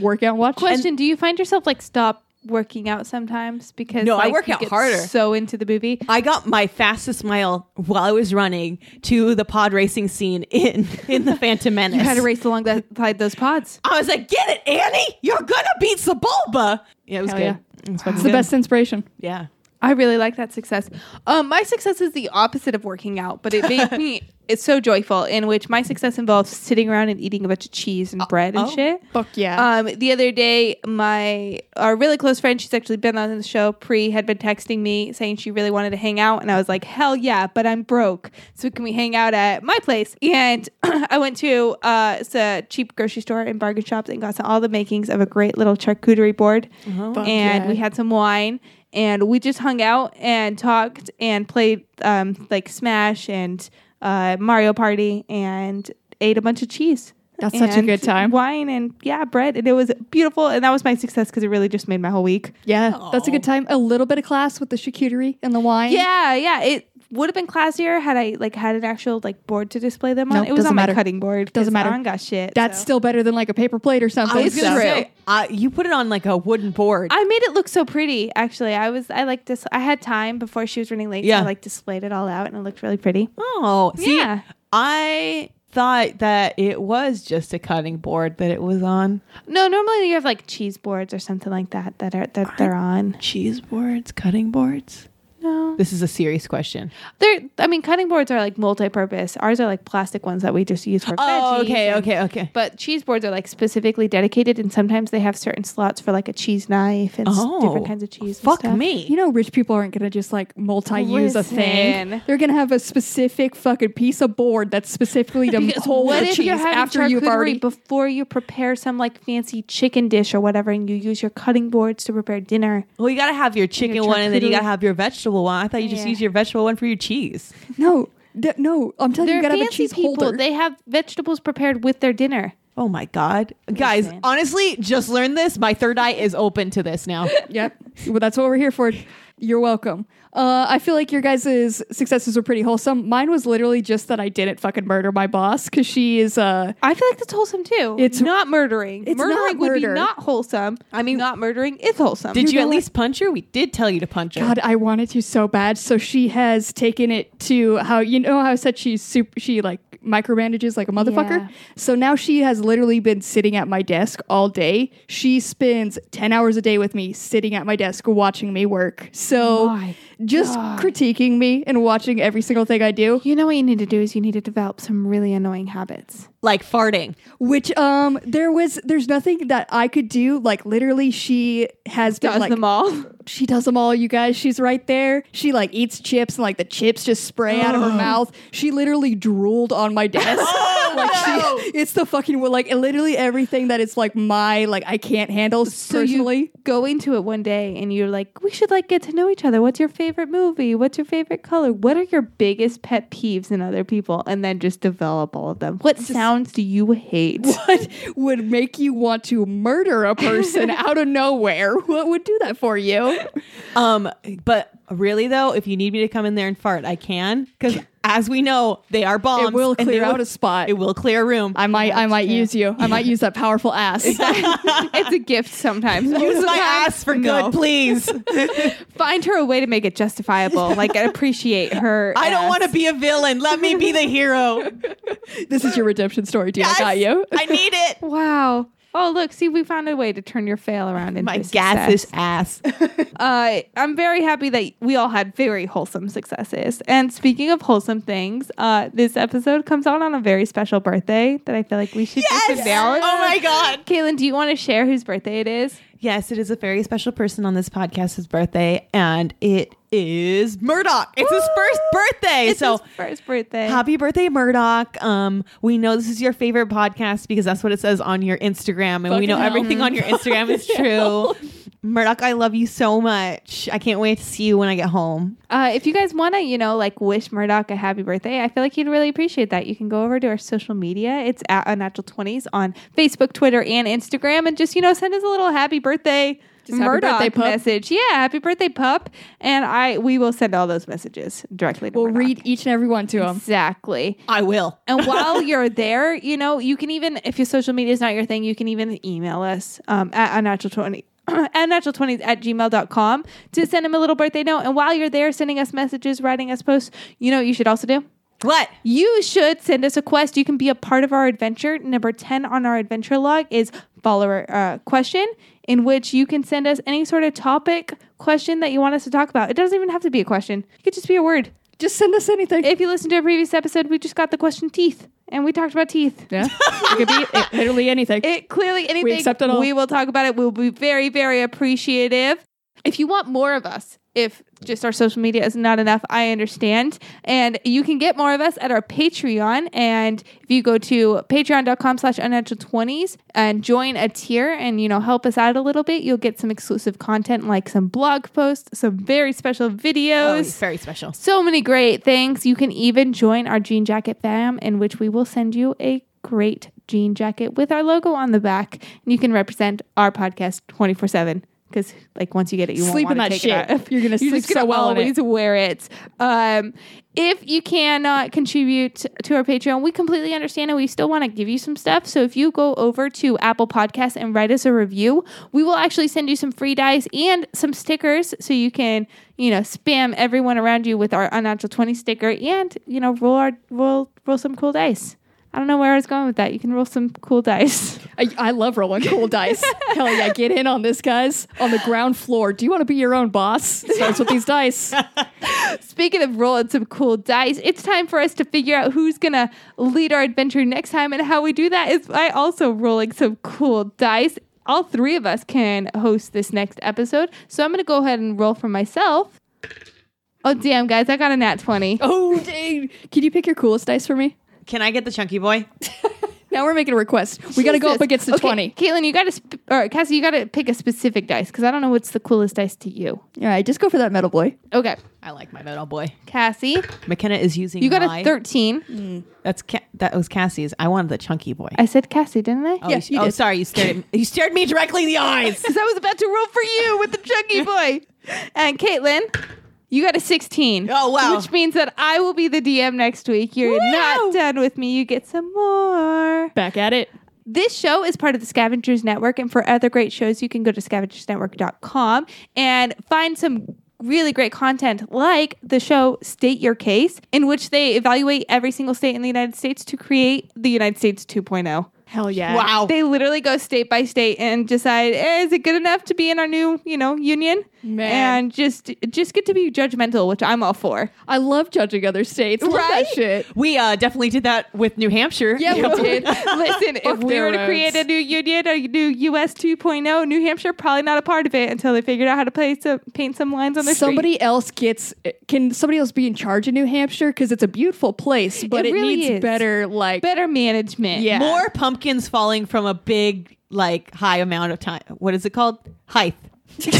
Speaker 2: work out and watch.
Speaker 1: Question, do you find yourself like stop working out sometimes because
Speaker 3: No, I
Speaker 1: like,
Speaker 3: work
Speaker 1: you
Speaker 3: out
Speaker 1: get
Speaker 3: harder.
Speaker 1: so into the movie?
Speaker 3: I got my fastest mile while I was running to the pod racing scene in in the Phantom Menace.
Speaker 1: You had to race along the, side those pods.
Speaker 3: I was like, "Get it, Annie! You're gonna beat Sebulba!" Yeah, it was
Speaker 2: Hell
Speaker 3: good.
Speaker 2: yeah.
Speaker 3: It was fucking
Speaker 2: It's the
Speaker 3: good.
Speaker 2: best inspiration.
Speaker 3: Yeah.
Speaker 1: I really like that success. Um, my success is the opposite of working out, but it made me it's so joyful. In which my success involves sitting around and eating a bunch of cheese and bread and shit.
Speaker 2: Uh, oh, Fuck yeah.
Speaker 1: Um, the other day, my our really close friend, she's actually been on the show. Pre had been texting me saying she really wanted to hang out, and I was like, hell yeah, but I'm broke, so can we hang out at my place? And I went to uh, it's a cheap grocery store and bargain shops and got all the makings of a great little charcuterie board,
Speaker 2: Fuck
Speaker 1: and
Speaker 2: yeah.
Speaker 1: we had some wine. And we just hung out and talked and played um, like Smash and uh, Mario Party and ate a bunch of cheese.
Speaker 2: That's such a
Speaker 1: and
Speaker 2: good time.
Speaker 1: Wine and yeah, bread. And it was beautiful. And that was my success because it really just made my whole week.
Speaker 2: yeah, that's a good time. A little bit of class with the charcuterie and the wine.
Speaker 1: Yeah, yeah. It would have been classier had I like had an actual like board to display them on.
Speaker 2: No,
Speaker 1: it was
Speaker 2: doesn't
Speaker 1: on
Speaker 2: matter.
Speaker 1: my cutting board.
Speaker 2: Doesn't
Speaker 1: 'cause
Speaker 2: matter.
Speaker 1: Aaron got shit.
Speaker 2: That's
Speaker 1: so.
Speaker 2: still better than like a paper plate or something.
Speaker 3: I was gonna
Speaker 2: so-
Speaker 3: say, uh, you put it on like a wooden board.
Speaker 1: I made it look so pretty. Actually, I was I like this. I had time before she was running late.
Speaker 3: Yeah.
Speaker 1: so I like displayed it all out and it looked really pretty.
Speaker 3: oh, see,
Speaker 1: Yeah.
Speaker 3: I thought that it was just a cutting board that it was on.
Speaker 1: No, normally you have like cheese boards or something like that that are that they're on.
Speaker 3: Cheese boards, cutting boards.
Speaker 1: No,
Speaker 3: This is a serious question.
Speaker 1: they're. I mean, cutting boards are like multi-purpose. Ours are like plastic ones that we just use for.
Speaker 2: Oh,
Speaker 1: veggies
Speaker 3: Oh, okay,
Speaker 1: and-
Speaker 3: okay, okay.
Speaker 1: But cheese boards are like specifically dedicated, and sometimes they have certain slots for like a cheese knife and s-
Speaker 2: Oh,
Speaker 1: different kinds of cheese. and
Speaker 3: Oh, Fuck
Speaker 1: stuff.
Speaker 3: me.
Speaker 2: You know, rich people aren't going to just like multi use a thing.
Speaker 1: Listen.
Speaker 2: They're going to have a specific fucking piece of board that's specifically to
Speaker 1: Because
Speaker 2: hold
Speaker 1: what
Speaker 2: the
Speaker 1: if
Speaker 2: cheese
Speaker 1: you're having
Speaker 2: after you've
Speaker 1: charcuterie
Speaker 2: already.
Speaker 1: before you prepare some like fancy chicken dish or whatever, and you use your cutting boards to prepare dinner?
Speaker 3: Well, you gotta have your chicken
Speaker 1: Your
Speaker 3: one, and then you
Speaker 1: charcuterie.
Speaker 3: gotta have your vegetable one. I thought you just
Speaker 1: Yeah.
Speaker 3: used your vegetable one for your cheese.
Speaker 2: no, d- no, I'm telling you, you
Speaker 1: They're
Speaker 2: got to have a
Speaker 1: fancy
Speaker 2: cheese
Speaker 1: people.
Speaker 2: holder.
Speaker 1: They have vegetables prepared with their dinner.
Speaker 3: Oh my god, guys!
Speaker 1: Listen.
Speaker 3: Honestly, just learned this. My third eye is open to this now.
Speaker 2: Yep. Well, that's what we're here for. You're welcome. Uh, I feel like your guys' successes were pretty wholesome. Mine was literally just that I didn't fucking murder my boss because she is. Uh,
Speaker 1: I feel like that's wholesome too.
Speaker 2: It's-
Speaker 1: It's not murdering.
Speaker 2: It's
Speaker 1: murdering
Speaker 2: not
Speaker 1: would be
Speaker 2: murder.
Speaker 1: not wholesome. I mean, not murdering is wholesome.
Speaker 3: Did you at
Speaker 2: gonna-
Speaker 3: least punch her? We did tell you to punch her.
Speaker 2: God, I wanted to so bad. So she has taken it to how you know how I said she's super. She like micromanages like a
Speaker 1: Yeah.
Speaker 2: motherfucker. So now she has literally been sitting at my desk all day. She spends ten hours a day with me, sitting at my desk watching me work. So
Speaker 1: My
Speaker 2: just critiquing me and watching every single thing I do.
Speaker 1: You know what you need to do is you need to develop some really annoying habits.
Speaker 3: Like farting.
Speaker 2: Which um, there was there's nothing that I could do. Like literally, she has been
Speaker 1: Does
Speaker 2: like
Speaker 1: them all.
Speaker 2: she does them all, you guys. She's right there. She like eats chips and like the chips just spray out of her mouth. She literally drooled on my desk.
Speaker 1: Oh,
Speaker 2: like she, it's the fucking like literally everything that it's like my like I can't handle personally.
Speaker 1: you go into it one day and you're like, we should like get to know each other. What's your favorite movie? What's your favorite color? What are your biggest pet peeves in other people? And then just develop all of them. What sounds do you hate?
Speaker 2: what would make you want to murder a person out of nowhere? What would do that for you?
Speaker 3: Um, but really though, if you need me to come in there and fart, I can. Because as we know, they are bombs.
Speaker 2: It will
Speaker 3: and they
Speaker 2: clear out a spot.
Speaker 3: It will clear a room.
Speaker 2: I might I might use you. I might use that powerful ass.
Speaker 1: it's a gift sometimes.
Speaker 3: Use my ass for
Speaker 1: No.
Speaker 3: good, please.
Speaker 1: Find her a way to make it justifiable. Like appreciate her.
Speaker 3: I don't
Speaker 1: ass.
Speaker 3: want to be a villain. Let me be the hero.
Speaker 2: This is your redemption story, dude. I got
Speaker 3: Yes,
Speaker 2: you.
Speaker 3: I need it.
Speaker 1: Wow. Oh look, see, we found a way to turn your fail around into
Speaker 3: My
Speaker 1: success.
Speaker 3: gaseous ass.
Speaker 1: uh, I'm very happy that we all had very wholesome successes. And speaking of wholesome things, uh, this episode comes out on a very special birthday that I feel like we should just announce.
Speaker 3: Oh my god.
Speaker 1: Caitlin, do you want to share whose birthday it is?
Speaker 3: Yes, it is a very special person on this podcast's birthday, and it is Murdoch. It's his first birthday.
Speaker 1: It's
Speaker 3: so
Speaker 1: his first birthday.
Speaker 3: Happy birthday, Murdoch. Um, we know this is your favorite podcast because that's what it says on your Instagram, and we
Speaker 2: Fucking
Speaker 3: know
Speaker 2: hell.
Speaker 3: everything on your Instagram is true. Murdoch, I love you so much. I can't wait to see you when I get home.
Speaker 1: Uh, if you guys want to, you know, like wish Murdoch a happy birthday, I feel like he'd really appreciate that. You can go over to our social media. It's at Unnatural Twenties on Facebook, Twitter, and Instagram, and just you know send us a little happy birthday.
Speaker 2: happy
Speaker 1: Murdoch
Speaker 2: birthday, pup.
Speaker 1: message, yeah, happy birthday, pup, and I we will send all those messages directly. To
Speaker 2: We'll
Speaker 1: Murdoch.
Speaker 2: read each and every one to them.
Speaker 1: exactly.
Speaker 3: I will.
Speaker 1: And while you're there, you know, you can even, if your social media is not your thing, you can even email us um, at unnatural20. At natural20s at gmail.com to send him a little birthday note. And while you're there sending us messages, writing us posts, you know what you should also do?
Speaker 3: What?
Speaker 1: You should send us a quest. You can be a part of our adventure. Number 10 on our adventure log is follower uh, question, in which you can send us any sort of topic question that you want us to talk about. It doesn't even have to be a question, it could just be a word.
Speaker 2: Just send us anything.
Speaker 1: If you listen to a previous episode, we just got the question teeth, and we talked about teeth.
Speaker 2: yeah. it could be it- literally anything.
Speaker 1: It clearly anything
Speaker 2: accept it all.
Speaker 1: we will talk about it. We'll be very, very appreciative. If you want more of us, if just our social media is not enough, I understand. And you can get more of us at our Patreon. And if you go to patreon.com slash unnatural twenties and join a tier and you know help us out a little bit, you'll get some exclusive content like some blog posts, some very special
Speaker 3: Oh,
Speaker 1: videos.
Speaker 3: it's very special.
Speaker 1: So many great things. You can even join our Jean Jacket fam, in which we will send you a great jean jacket with our logo on the back. And you can represent our podcast 24 7. Because, like, once you get it, you
Speaker 2: Sleep
Speaker 1: won't
Speaker 2: in
Speaker 1: wanna
Speaker 2: that
Speaker 1: take it
Speaker 2: shit.
Speaker 1: off.
Speaker 2: You're gonna
Speaker 1: You're
Speaker 2: sleep
Speaker 1: just gonna
Speaker 2: so well in it.
Speaker 1: always wear it. Um, if you cannot contribute to our Patreon, we completely understand and we still want to give you some stuff. So if you go over to Apple Podcasts and write us a review, we will actually send you some free dice and some stickers so you can, you know, spam everyone around you with our unnatural 20 sticker and, you know, roll our roll roll some cool dice. I don't know where I was going with that. You can roll some cool dice.
Speaker 2: I, I love rolling cool dice. Hell yeah, get in on this, guys. On the ground floor. Do you want to be your own boss? Starts with these dice.
Speaker 1: Speaking of rolling some cool dice, it's time for us to figure out who's going to lead our adventure next time. And how we do that is by also rolling some cool dice. All three of us can host this next episode. So I'm going to go ahead and roll for myself. Oh, damn, guys, I got a nat 20.
Speaker 2: Oh, dang. Can you pick your coolest dice for me?
Speaker 3: Can I get the chunky boy?
Speaker 2: Now we're making a request. We got to go up
Speaker 1: Jesus.
Speaker 2: against the
Speaker 1: Okay,
Speaker 2: 20.
Speaker 1: Caitlin, you got to, sp- or Cassie, you got to pick a specific dice because I don't know what's the coolest dice to you.
Speaker 4: All right, just go for that metal boy.
Speaker 1: Okay,
Speaker 3: I like my metal boy.
Speaker 1: Cassie,
Speaker 3: McKenna is using.
Speaker 1: you got
Speaker 3: my-
Speaker 1: a 13.
Speaker 3: That's Ca- that was Cassie's. I wanted the chunky boy.
Speaker 1: I said Cassie, didn't I?
Speaker 3: oh,
Speaker 4: yeah,
Speaker 3: sh-
Speaker 4: you
Speaker 3: oh,
Speaker 4: did.
Speaker 3: sorry. You stared. At me. You stared me directly in the eyes.
Speaker 1: because I was about to roll for you with the chunky boy. And Caitlin, you got a 16.
Speaker 3: Oh, wow.
Speaker 1: Which means that I will be the DM next week. You're not done with me. You get some more.
Speaker 2: Back at it.
Speaker 1: This show is part of the Scavengers Network, and for other great shows, you can go to scavengersnetwork.com and find some really great content like the show State Your Case, in which they evaluate every single state in the United States to create the United States oh. 2.0.
Speaker 2: Hell yeah.
Speaker 3: Wow.
Speaker 1: They literally go state by state and decide eh, is it good enough to be in our new, you know, union?
Speaker 2: Man.
Speaker 1: And just just get to be judgmental, which I'm all for.
Speaker 2: I love judging other states. Love
Speaker 1: Right?
Speaker 2: that shit.
Speaker 3: we uh, definitely did that with New Hampshire.
Speaker 2: Yeah, we did.
Speaker 1: Listen, if we
Speaker 2: their
Speaker 1: were to create a
Speaker 2: roads.
Speaker 1: new union, a new US 2.0, oh, New Hampshire probably not a part of it until they figured out how to play some, paint some lines on their
Speaker 2: Somebody else gets. Can somebody else be in charge of New Hampshire? Because it's a beautiful place, but
Speaker 1: It
Speaker 2: it,
Speaker 1: really
Speaker 2: needs
Speaker 1: is.
Speaker 2: better, like.
Speaker 1: street. better management.
Speaker 2: Yeah.
Speaker 3: More pumpkins falling from a big, like, high amount of time. What is it called? Height.
Speaker 2: Yep.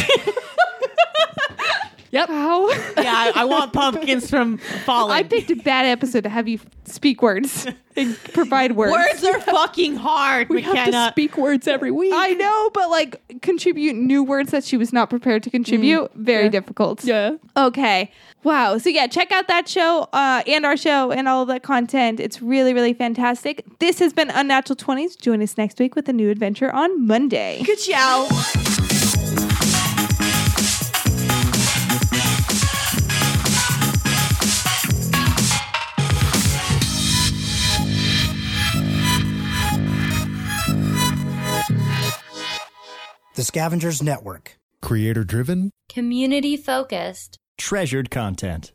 Speaker 1: Wow.
Speaker 3: Yeah, I, I want pumpkins from falling.
Speaker 1: I picked a bad episode to have you speak words and provide words.
Speaker 3: Words are fucking hard.
Speaker 2: We have to speak words every week.
Speaker 1: I know, but like contribute new words that she was not prepared to contribute. Very difficult.
Speaker 2: Mm. yeah.
Speaker 1: Okay. Wow. So yeah, check out that show uh, and our show and all of that content. It's really, really fantastic. This has been Unnatural Twenties. Join us next week with a new adventure on Monday.
Speaker 3: Good chow.
Speaker 7: The Scavengers Network.
Speaker 5: Creator driven,
Speaker 8: Community focused.
Speaker 9: Treasured content.